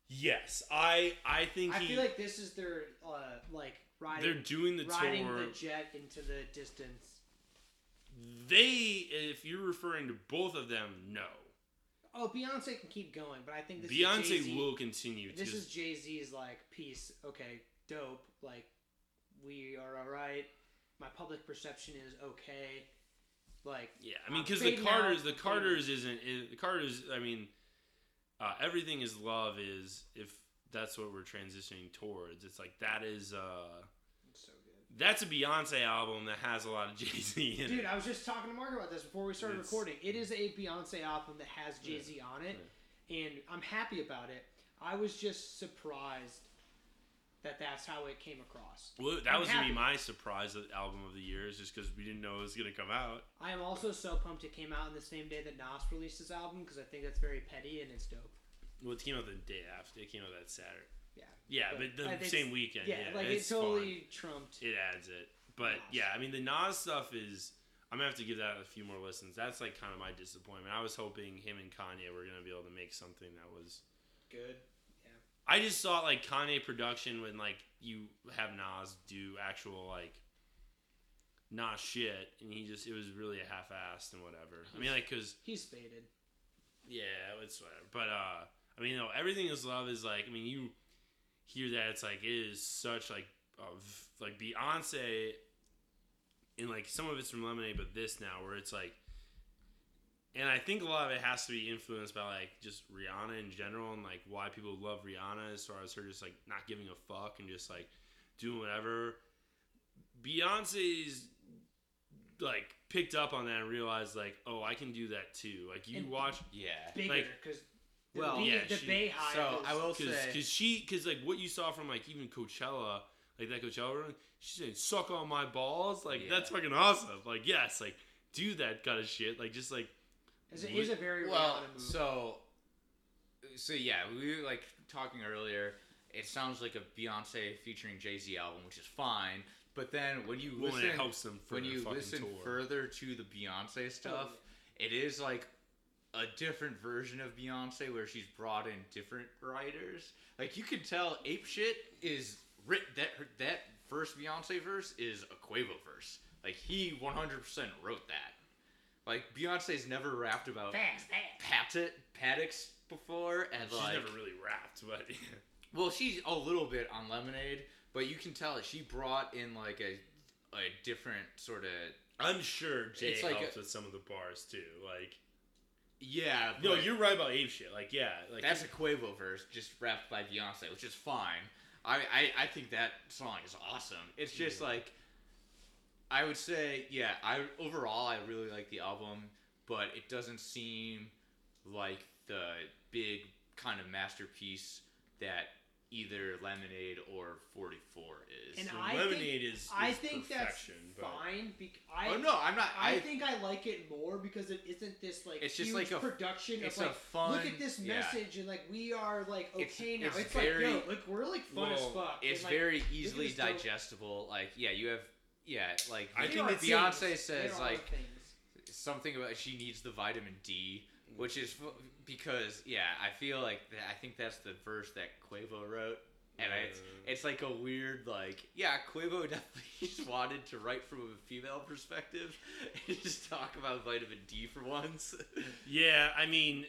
Speaker 2: yes i i think
Speaker 1: I
Speaker 2: he,
Speaker 1: feel like this is their uh, like riding
Speaker 2: they're doing the
Speaker 1: riding
Speaker 2: tour
Speaker 1: the jet into the distance.
Speaker 2: they if you're referring to both of them no
Speaker 1: Oh, Beyonce can keep going, but I think this is
Speaker 2: beyonce
Speaker 1: Jay-Z.
Speaker 2: will continue
Speaker 1: This
Speaker 2: to
Speaker 1: is Jay Z's like piece. Okay, dope. Like we are all right. My public perception is okay. Like
Speaker 2: Yeah, I mean,
Speaker 1: Uh,
Speaker 2: because the
Speaker 1: fading
Speaker 2: Carters,
Speaker 1: out,
Speaker 2: the
Speaker 1: fading
Speaker 2: Carters isn't is, the Carters. I mean, uh, everything is love is if that's what we're transitioning towards. It's like that is uh
Speaker 1: it's so good,
Speaker 2: that's a Beyonce album that has a lot of [LAUGHS] Jay Z in
Speaker 1: dude.
Speaker 2: it.
Speaker 1: I was just talking to Mark about this before we started
Speaker 2: It's-
Speaker 1: recording. It is a Beyonce album that has Jay Z on it, and I'm happy about it. I was just surprised that that's how it came across.
Speaker 2: Well, that
Speaker 1: I'm
Speaker 2: was gonna
Speaker 1: happy.
Speaker 2: be my surprise of the album of the year, is just because we didn't know it was gonna come out.
Speaker 1: I am also so pumped it came out on the same day that Nas released his album because I think that's very petty and it's dope.
Speaker 2: Well, it came out the day after. It came out that Saturday.
Speaker 1: Yeah.
Speaker 2: Yeah,
Speaker 1: But
Speaker 2: but,
Speaker 1: I
Speaker 2: the
Speaker 1: think
Speaker 2: same weekend.
Speaker 1: yeah,
Speaker 2: Yeah,
Speaker 1: like
Speaker 2: it's
Speaker 1: it
Speaker 2: fun.
Speaker 1: totally trumped.
Speaker 2: It adds it. But
Speaker 1: Nas.
Speaker 2: yeah, I mean the Nas stuff is I'm gonna have to give that a few more listens. That's like kind of my disappointment. I was hoping him and Kanye were gonna be able to make something that was
Speaker 1: Good.
Speaker 2: I just saw like Kanye production when like you have Nas do actual like Nas shit and he just it was really half assed and whatever. I mean like cause
Speaker 1: He's spaded.
Speaker 2: yeah, it's whatever. But uh I mean no, everything is love is like I mean you hear that it's like it is such like of like Beyonce and like some of it's from Lemonade but this now where it's like and I think a lot of it has to be influenced by like just Rihanna in general and like why people love Rihanna as far as her just like not giving a fuck and just like doing whatever. Beyonce's like picked up on that and realized like, oh, I can do that too. Like you
Speaker 1: And-
Speaker 2: watch
Speaker 3: Yeah.
Speaker 1: Bigger
Speaker 2: Like-
Speaker 1: because
Speaker 3: Well,
Speaker 1: the, bee-
Speaker 2: yeah,
Speaker 1: the
Speaker 2: she-
Speaker 1: Bay Hive.
Speaker 3: So
Speaker 1: is,
Speaker 3: I will
Speaker 2: because
Speaker 3: say,
Speaker 2: she because like what you saw from like even Coachella like that Coachella run she said suck on my balls like
Speaker 3: Yeah.
Speaker 2: that's fucking awesome like yes like do that kind of shit like just like
Speaker 1: is a, is a very
Speaker 3: well,
Speaker 1: Rihanna move.
Speaker 3: so, so yeah, we were like talking earlier. It sounds like a Beyonce featuring Jay Z album, which is fine. But then when you
Speaker 2: when it
Speaker 3: listen,
Speaker 2: helps them for
Speaker 3: when
Speaker 2: their
Speaker 3: you
Speaker 2: fucking
Speaker 3: listen
Speaker 2: tour.
Speaker 3: further to the Beyonce stuff, it is like a different version of Beyonce where she's brought in different writers. Like you can tell, Ape Shit is writ that that first Beyonce verse is a Quavo verse. Like he 100% wrote that. Like Beyonce's never rapped about
Speaker 1: fast, fast.
Speaker 3: Patit Paddocks before, and
Speaker 2: she's
Speaker 3: like
Speaker 2: never really rapped but [LAUGHS]
Speaker 3: well, she's a little bit on Lemonade, but you can tell that she brought in like a a different sort of
Speaker 2: I'm sure Jay
Speaker 3: It's like
Speaker 2: helps
Speaker 3: a-
Speaker 2: with some of the bars too like
Speaker 3: yeah.
Speaker 2: no
Speaker 3: but-
Speaker 2: you're right about ape shit like yeah like
Speaker 3: That's a Quavo verse, just rapped by Beyonce, which is fine. I, I, I think that song is awesome. It's just
Speaker 2: Yeah.
Speaker 3: like, I would say, yeah. I overall, I really like the album, but it doesn't seem like the big kind of masterpiece that either Lemonade or Forty Four is.
Speaker 1: And
Speaker 2: so
Speaker 1: I think-
Speaker 2: lemonade is, is
Speaker 1: I think that's
Speaker 2: perfection, but
Speaker 1: fine. Bec- I,
Speaker 3: oh no, I'm not. I,
Speaker 1: I, think I like it more because it isn't this like
Speaker 3: It's just
Speaker 1: huge
Speaker 3: like a-
Speaker 1: production
Speaker 3: it's
Speaker 1: of like
Speaker 3: a fun.
Speaker 1: look at this
Speaker 3: yeah.
Speaker 1: message and like we are like okay
Speaker 3: It's-
Speaker 1: now.
Speaker 3: it's
Speaker 1: It's,
Speaker 3: very-
Speaker 1: like yo, like we're like fun as
Speaker 2: Well,
Speaker 1: fuck.
Speaker 3: It's
Speaker 1: and, like,
Speaker 3: very easily
Speaker 1: this dope-
Speaker 3: digestible. Like yeah, you have yeah like
Speaker 2: I
Speaker 1: they
Speaker 2: think
Speaker 1: are
Speaker 2: it's-
Speaker 3: Beyonce
Speaker 1: things.
Speaker 3: says,
Speaker 1: They are
Speaker 3: like,
Speaker 1: things.
Speaker 3: something about she needs the vitamin D, which is f- because yeah, I feel like that, I think that's the verse that Quavo wrote, and I, it's
Speaker 2: uh,
Speaker 3: it's like a weird like yeah, Quavo [LAUGHS] definitely just wanted to write from a female perspective [LAUGHS] and just talk about vitamin D for once. [LAUGHS]
Speaker 2: yeah I mean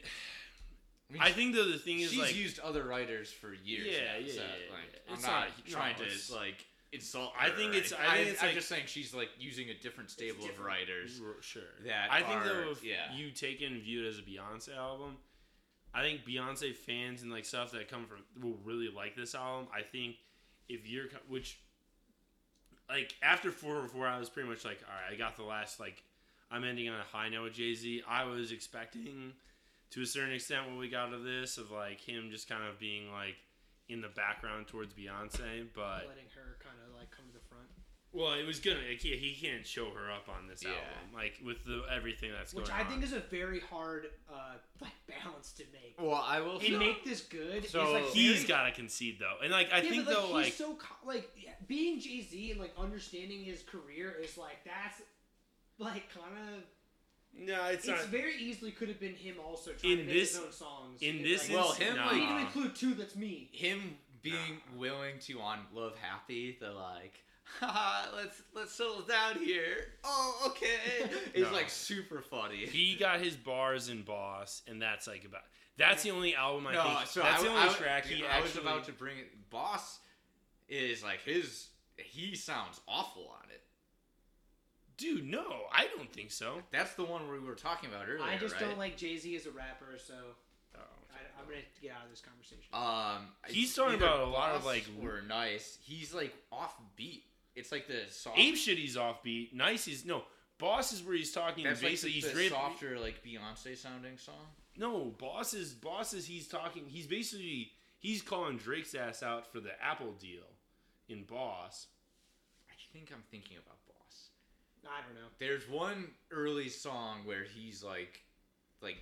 Speaker 2: [SIGHS]
Speaker 3: I mean,
Speaker 2: I think though the thing is
Speaker 3: she's
Speaker 2: like
Speaker 3: used other writers for years.
Speaker 2: Yeah,
Speaker 3: now,
Speaker 2: yeah,
Speaker 3: so, like,
Speaker 2: yeah, yeah, yeah.
Speaker 3: I'm
Speaker 2: It's
Speaker 3: not,
Speaker 2: not- no,
Speaker 3: trying
Speaker 2: it's-
Speaker 3: to like insult.
Speaker 2: I
Speaker 3: her
Speaker 2: think
Speaker 3: or
Speaker 2: it's- I
Speaker 3: anything.
Speaker 2: think it's,
Speaker 3: I'm
Speaker 2: like-
Speaker 3: just saying she's like using a different stable of
Speaker 1: different.
Speaker 3: writers
Speaker 2: sure
Speaker 3: that
Speaker 2: I
Speaker 3: are,
Speaker 2: think though, if
Speaker 3: yeah.
Speaker 2: you take it and view it as a Beyonce album, I think Beyonce fans and like stuff that come from will really like this album. I think if you're co- which like after four or four, I was pretty much like, all right, I got the last like I'm ending on a high note with Jay Z. I was expecting to a certain extent what we got of this of like him just kind of being like in the background towards Beyonce, but
Speaker 1: letting her kind of like come to the front,
Speaker 2: well, it was gonna like, he, he can't show her up on this
Speaker 3: Yeah.
Speaker 2: album like with the everything that's
Speaker 1: which
Speaker 2: going
Speaker 1: I
Speaker 2: on.
Speaker 1: think is a very hard uh [LAUGHS] like balance to make.
Speaker 3: Well, I will.
Speaker 2: [LAUGHS]
Speaker 1: And make this good
Speaker 3: So-
Speaker 1: is like
Speaker 2: Oh, he's
Speaker 1: very-
Speaker 2: got to concede though, and like I
Speaker 1: yeah,
Speaker 2: think
Speaker 1: but, like,
Speaker 2: though,
Speaker 1: he's
Speaker 2: like
Speaker 1: so co- like yeah, being Jay Z and like understanding his career is like that's like kind of
Speaker 2: no,
Speaker 1: it's, very easily could have been him also trying
Speaker 2: In
Speaker 1: to make
Speaker 2: this-
Speaker 1: his own songs.
Speaker 2: in
Speaker 1: and,
Speaker 2: this.
Speaker 1: like,
Speaker 3: Well,
Speaker 2: instance,
Speaker 3: him,
Speaker 2: nah.
Speaker 1: we
Speaker 3: like-
Speaker 1: need to include two. That's me.
Speaker 3: him being willing to on Love Happy, the like, [LAUGHS] Haha, let's let's settle down here. Oh, okay. It's
Speaker 2: [LAUGHS] No.
Speaker 3: like super funny.
Speaker 2: he got his bars in Boss, and that's like about. That's the only album
Speaker 3: [LAUGHS]
Speaker 2: I
Speaker 3: no,
Speaker 2: think.
Speaker 3: so
Speaker 2: that's
Speaker 3: I,
Speaker 2: the only
Speaker 3: I-
Speaker 2: track he
Speaker 3: dude, I
Speaker 2: actually.
Speaker 3: was about to bring it. Boss is like his. He sounds awful on it.
Speaker 2: Dude, no, I don't think so.
Speaker 3: That's the one we were talking about earlier.
Speaker 1: I just
Speaker 3: right?
Speaker 1: don't like Jay Z as a rapper, so
Speaker 3: Oh.
Speaker 1: I, I'm gonna have to get out of this conversation.
Speaker 3: Um,
Speaker 2: He's talking
Speaker 3: either
Speaker 2: about a lot of,
Speaker 3: Boss
Speaker 2: like-
Speaker 3: Or nice. He's like offbeat. It's like the song.
Speaker 2: Ape shit, he's offbeat. Nice, he's no. Boss is where he's talking.
Speaker 3: That's like
Speaker 2: basically,
Speaker 3: the,
Speaker 2: he's
Speaker 3: the
Speaker 2: rip-
Speaker 3: softer, like Beyonce sounding song.
Speaker 2: No, boss is boss is he's talking. He's basically he's calling Drake's ass out for the Apple deal in Boss.
Speaker 3: I think I'm thinking about Boss.
Speaker 1: I don't know.
Speaker 3: There's one early song where he's like, like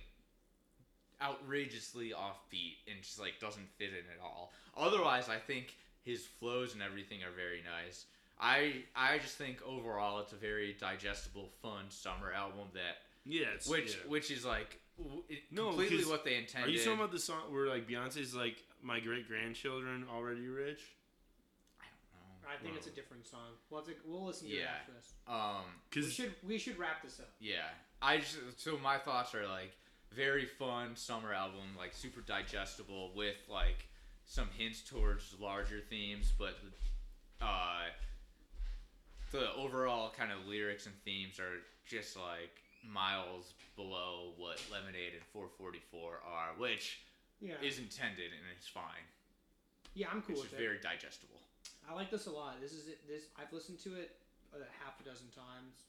Speaker 3: outrageously offbeat and just like doesn't fit in at all. Otherwise, I think his flows and everything are very nice. I I just think overall it's a very digestible, fun summer album that
Speaker 2: Yeah, it's,
Speaker 3: which
Speaker 2: yeah.
Speaker 3: which is like w- it-
Speaker 2: No,
Speaker 3: completely
Speaker 2: 'cause
Speaker 3: what they intended.
Speaker 2: are you talking about the song where like Beyonce's like my great grandchildren already rich?
Speaker 3: I don't
Speaker 1: I think
Speaker 2: Wow.
Speaker 1: it's a different song. We'll, have to, we'll listen to it
Speaker 3: Yeah.
Speaker 1: after this.
Speaker 3: know. Um,
Speaker 1: We
Speaker 2: Because
Speaker 1: should we should wrap this up.
Speaker 3: Yeah, I just so my thoughts are like very fun summer album, like super digestible with like some hints towards larger themes, but uh, the overall kind of lyrics and themes are just like miles below what Lemonade and 444 are, which
Speaker 1: Yeah,
Speaker 3: is intended and it's fine.
Speaker 1: yeah, I'm cool
Speaker 3: It's
Speaker 1: with
Speaker 3: just
Speaker 1: it.
Speaker 3: very digestible.
Speaker 1: I like this a lot. This is it. This I've listened to it uh, half a dozen times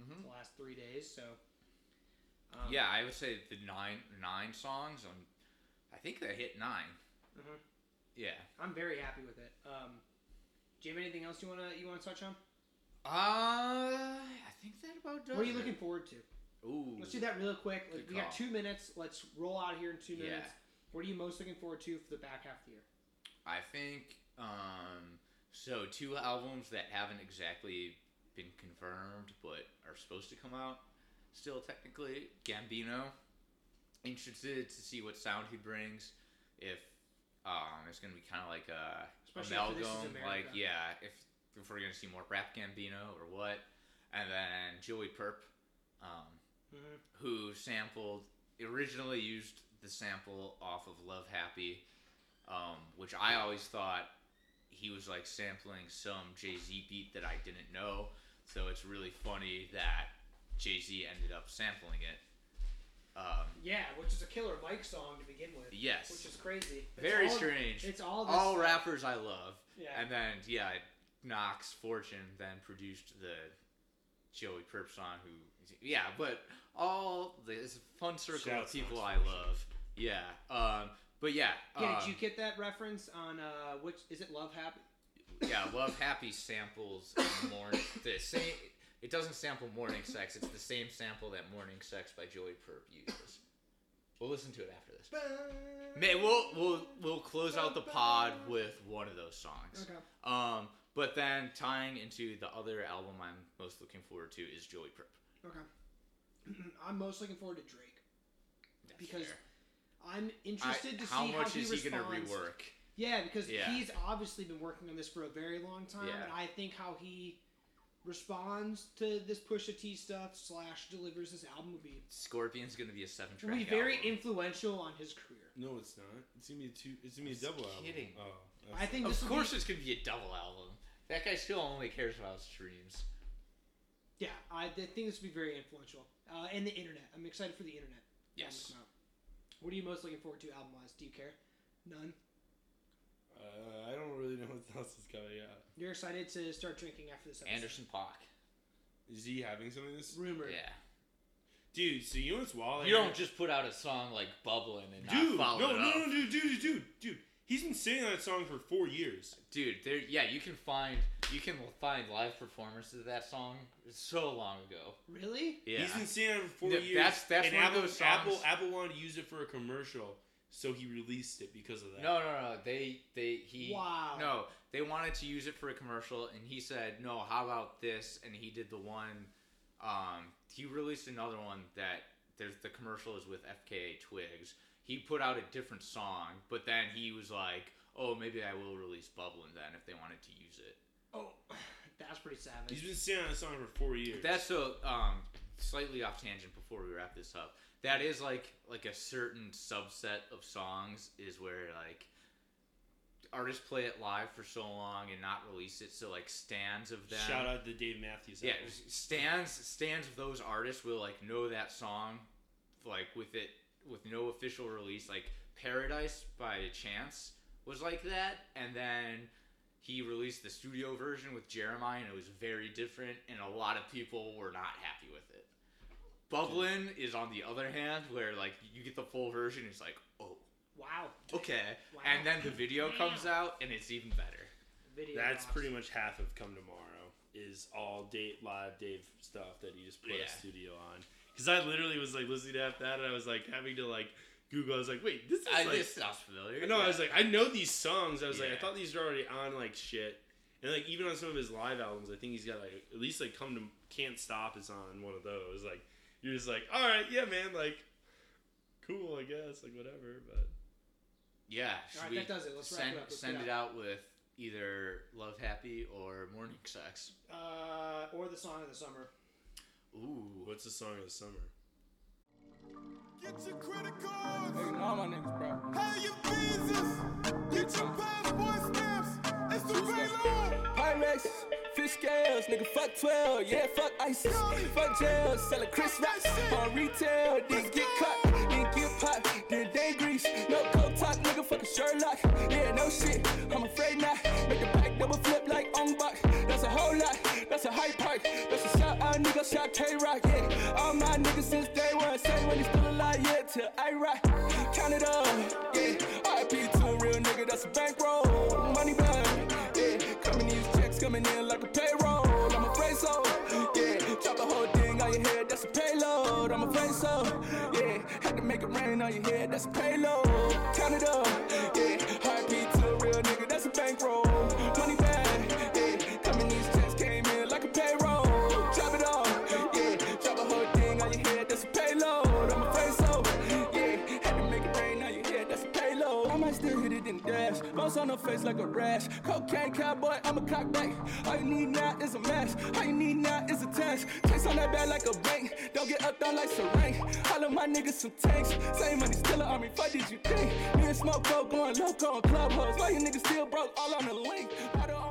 Speaker 3: Mhm.
Speaker 1: the last three days. So um,
Speaker 3: yeah, I would say the nine nine songs. Um, I think they hit 9
Speaker 1: Mhm.
Speaker 3: Yeah.
Speaker 1: I'm very happy with it. Um, do you have anything else you wanna you wanna touch on?
Speaker 3: Uh, I think that about does
Speaker 1: What are you
Speaker 3: it.
Speaker 1: looking forward to?
Speaker 3: Ooh.
Speaker 1: Let's do that real quick. Like,
Speaker 3: Good
Speaker 1: we got
Speaker 3: call.
Speaker 1: two minutes. Let's roll out of here in two
Speaker 3: Yeah.
Speaker 1: minutes. What are you most looking forward to for the back half of the year?
Speaker 3: I think um so two albums that haven't exactly been confirmed but are supposed to come out still technically Gambino. Interested to see what sound he brings. If um it's gonna be kind of like a
Speaker 1: Especially after This Is
Speaker 3: amalgam, like
Speaker 1: America.
Speaker 3: yeah, if if we're gonna see more rap Gambino or what, and then Joey Perp. Um,
Speaker 1: Mm-hmm.
Speaker 3: who sampled originally used the sample off of Love Happy, um, which I always thought he was like sampling some Jay Z beat that I didn't know. So it's really funny that Jay Z ended up sampling it. Um,
Speaker 1: Yeah, which is a killer Mike song to begin with, which
Speaker 3: yes,
Speaker 1: is crazy. It's
Speaker 3: very
Speaker 1: all-
Speaker 3: strange.
Speaker 1: It's all this,
Speaker 3: All rappers I love,
Speaker 1: Yeah,
Speaker 3: and then yeah, Knox Fortune then produced the Joey Perp song. Who yeah, but all this fun circle
Speaker 2: Shouts
Speaker 3: of people
Speaker 2: Knox
Speaker 3: I
Speaker 2: Fortune.
Speaker 3: love. Yeah. Um. But yeah.
Speaker 1: yeah.
Speaker 3: um,
Speaker 1: did you get that reference on uh, which is it? Love Happy.
Speaker 3: yeah, Love Happy samples in morning. The same. It doesn't sample Morning Sex. It's the same sample that Morning Sex by Joey Perp uses. We'll listen to it after this. Man, we'll we'll we'll close out the pod with one of those songs.
Speaker 1: Okay.
Speaker 3: Um, but then tying into the other album I'm most looking forward to is Joey Prip.
Speaker 1: Okay. [CLEARS THROAT] I'm most looking forward to Drake. Because I'm interested to see
Speaker 3: how much
Speaker 1: he
Speaker 3: is he
Speaker 1: responds.
Speaker 3: gonna rework?
Speaker 1: Yeah, because
Speaker 3: Yeah.
Speaker 1: he's obviously been working on this for a very long time,
Speaker 3: Yeah.
Speaker 1: and I think how he responds to this Pusha T stuff slash delivers this album will be
Speaker 3: Scorpion's gonna be a seven
Speaker 1: will
Speaker 3: track.
Speaker 1: be very
Speaker 3: album.
Speaker 1: influential on his career.
Speaker 2: no, it's not. It's gonna be a two. It's gonna be a
Speaker 3: I'm
Speaker 2: double
Speaker 3: kidding.
Speaker 2: album. Oh,
Speaker 1: I think this
Speaker 3: Of
Speaker 1: will
Speaker 3: course,
Speaker 1: be-
Speaker 3: it's gonna be a double album. That guy still only cares about streams.
Speaker 1: yeah, I I think this will be very influential. Uh, and the internet, I'm excited for the internet.
Speaker 3: Yes.
Speaker 1: What are you most looking forward to album wise? Do you care? None.
Speaker 2: uh, I don't really know [LAUGHS] what else is coming out.
Speaker 1: You're excited to start drinking after this episode.
Speaker 3: Anderson Pock.
Speaker 2: Is he having something this?
Speaker 1: Rumored.
Speaker 3: Yeah.
Speaker 2: Dude, so you know what's
Speaker 1: Oh,
Speaker 2: wild?
Speaker 3: You don't just put out a song like Bubbling and not
Speaker 2: dude. No,
Speaker 3: follow
Speaker 2: no,
Speaker 3: it up.
Speaker 2: no, dude, dude, dude, dude. He's been singing that song for four years.
Speaker 3: Dude, there. Yeah, you can find you can find live performances of that song so long ago.
Speaker 1: Really?
Speaker 3: Yeah.
Speaker 2: He's been singing it for four
Speaker 3: Yeah,
Speaker 2: years.
Speaker 3: that's- that's
Speaker 2: and
Speaker 3: one of
Speaker 2: Apple,
Speaker 3: those songs-
Speaker 2: Apple Apple wanted to use it for a commercial, so he released it because of that.
Speaker 3: No, no, no. They, they, he.
Speaker 1: wow.
Speaker 3: No, they wanted to use it for a commercial, and he said, "No, how about this?" And he did the one. Um, he released another one that there's the commercial is with FKA Twigs. He put out a different song, but then he was like, "Oh, maybe I will release Bubbling then if they wanted to use it."
Speaker 1: Oh, [SIGHS] that's pretty savage.
Speaker 2: He's been singing that song for four years.
Speaker 3: That's so um slightly off tangent before we wrap this up. That is like like a certain subset of songs is where like artists play it live for so long and not release it. So like stands of them.
Speaker 2: Shout out to Dave Matthews.
Speaker 3: Yeah,
Speaker 2: Apple.
Speaker 3: stands stands of those artists will like know that song, like with it with no official release. Like Paradise by Chance was like that, and then he released the studio version with Jeremiah, and it was very different, and a lot of people were not happy with it. Bublin is on the other hand, where like you get the full version, it's like, oh,
Speaker 1: Wow.
Speaker 3: okay,
Speaker 1: Wow.
Speaker 3: and then the video comes out, and it's even better.
Speaker 1: Video
Speaker 2: That's
Speaker 1: rocks.
Speaker 2: pretty much half of Come Tomorrow is all date live Dave stuff that he just put
Speaker 3: Yeah.
Speaker 2: a studio on. Because I literally was like listening to half that, and I was like having to like Google. I was like, wait, this is
Speaker 3: I,
Speaker 2: like.
Speaker 3: this sounds familiar.
Speaker 2: no, I was
Speaker 3: Yeah.
Speaker 2: like, I know these songs. I was like, I
Speaker 3: Yeah.
Speaker 2: thought these were already on like shit. And like even on some of his live albums, I think he's got like at least like Come to Can't Stop is on one of those. Like you're just like, all right, yeah, man, like cool, I guess, like whatever. But
Speaker 3: yeah. Should
Speaker 1: right,
Speaker 3: we
Speaker 1: that does it. Let's wrap it
Speaker 3: send
Speaker 1: up. Let's
Speaker 3: send
Speaker 1: get
Speaker 3: it out with either Love Happy or Morning Sex.
Speaker 1: Uh, or the song of the summer.
Speaker 3: Ooh.
Speaker 2: what's the song of the summer?
Speaker 4: Get your credit
Speaker 5: Hey,
Speaker 4: cards,
Speaker 5: all my niggas, bro.
Speaker 4: pay your visas, get your passport stamps. It's the reload.
Speaker 5: Pyrex, fish scales, nigga, fuck 12, yeah, fuck ISIS. Fuck jail, selling Chris rocks on retail, then get caught, then get popped, then day grease. No coat talk, nigga, fuck a Sherlock. Yeah, no shit, I'm afraid not. Make the back double flip like on box. That's a whole lot, that's a hype park. That's a shot out, nigga, shot K Rock, yeah. All my niggas since day one, say when he's still alive, yeah, till I rock. Count it up, yeah. RIP to a real nigga, that's a bankroll. Money bag, yeah. Coming these checks coming in like a payroll. I'm a afraid so. Yeah, drop the whole thing on your head. That's a payload. I'm a afraid so. Yeah, had to make it rain on your head. That's a payload. Count it up. Yeah, heartbeat to a real nigga. That's a bankroll. Money bag. Yeah, coming these checks came in like a payroll. Drop it off. Yeah, drop the whole thing on your head. That's a payload. I'm a afraid so. Yeah, had to make it rain on your head. That's a payload. I might still hit it in dash. Bounce on her face like a rash. Cocaine cowboy, I'm a cockback. All you need now is a mask. All you need now is a task. Chase on that bag like a bank. Don't get up down like serene. All of my niggas some tanks. Same money, still an army. Fuck did you think? Me and Smoke go going loco on club hoes. Why you niggas still broke all on the link? Why the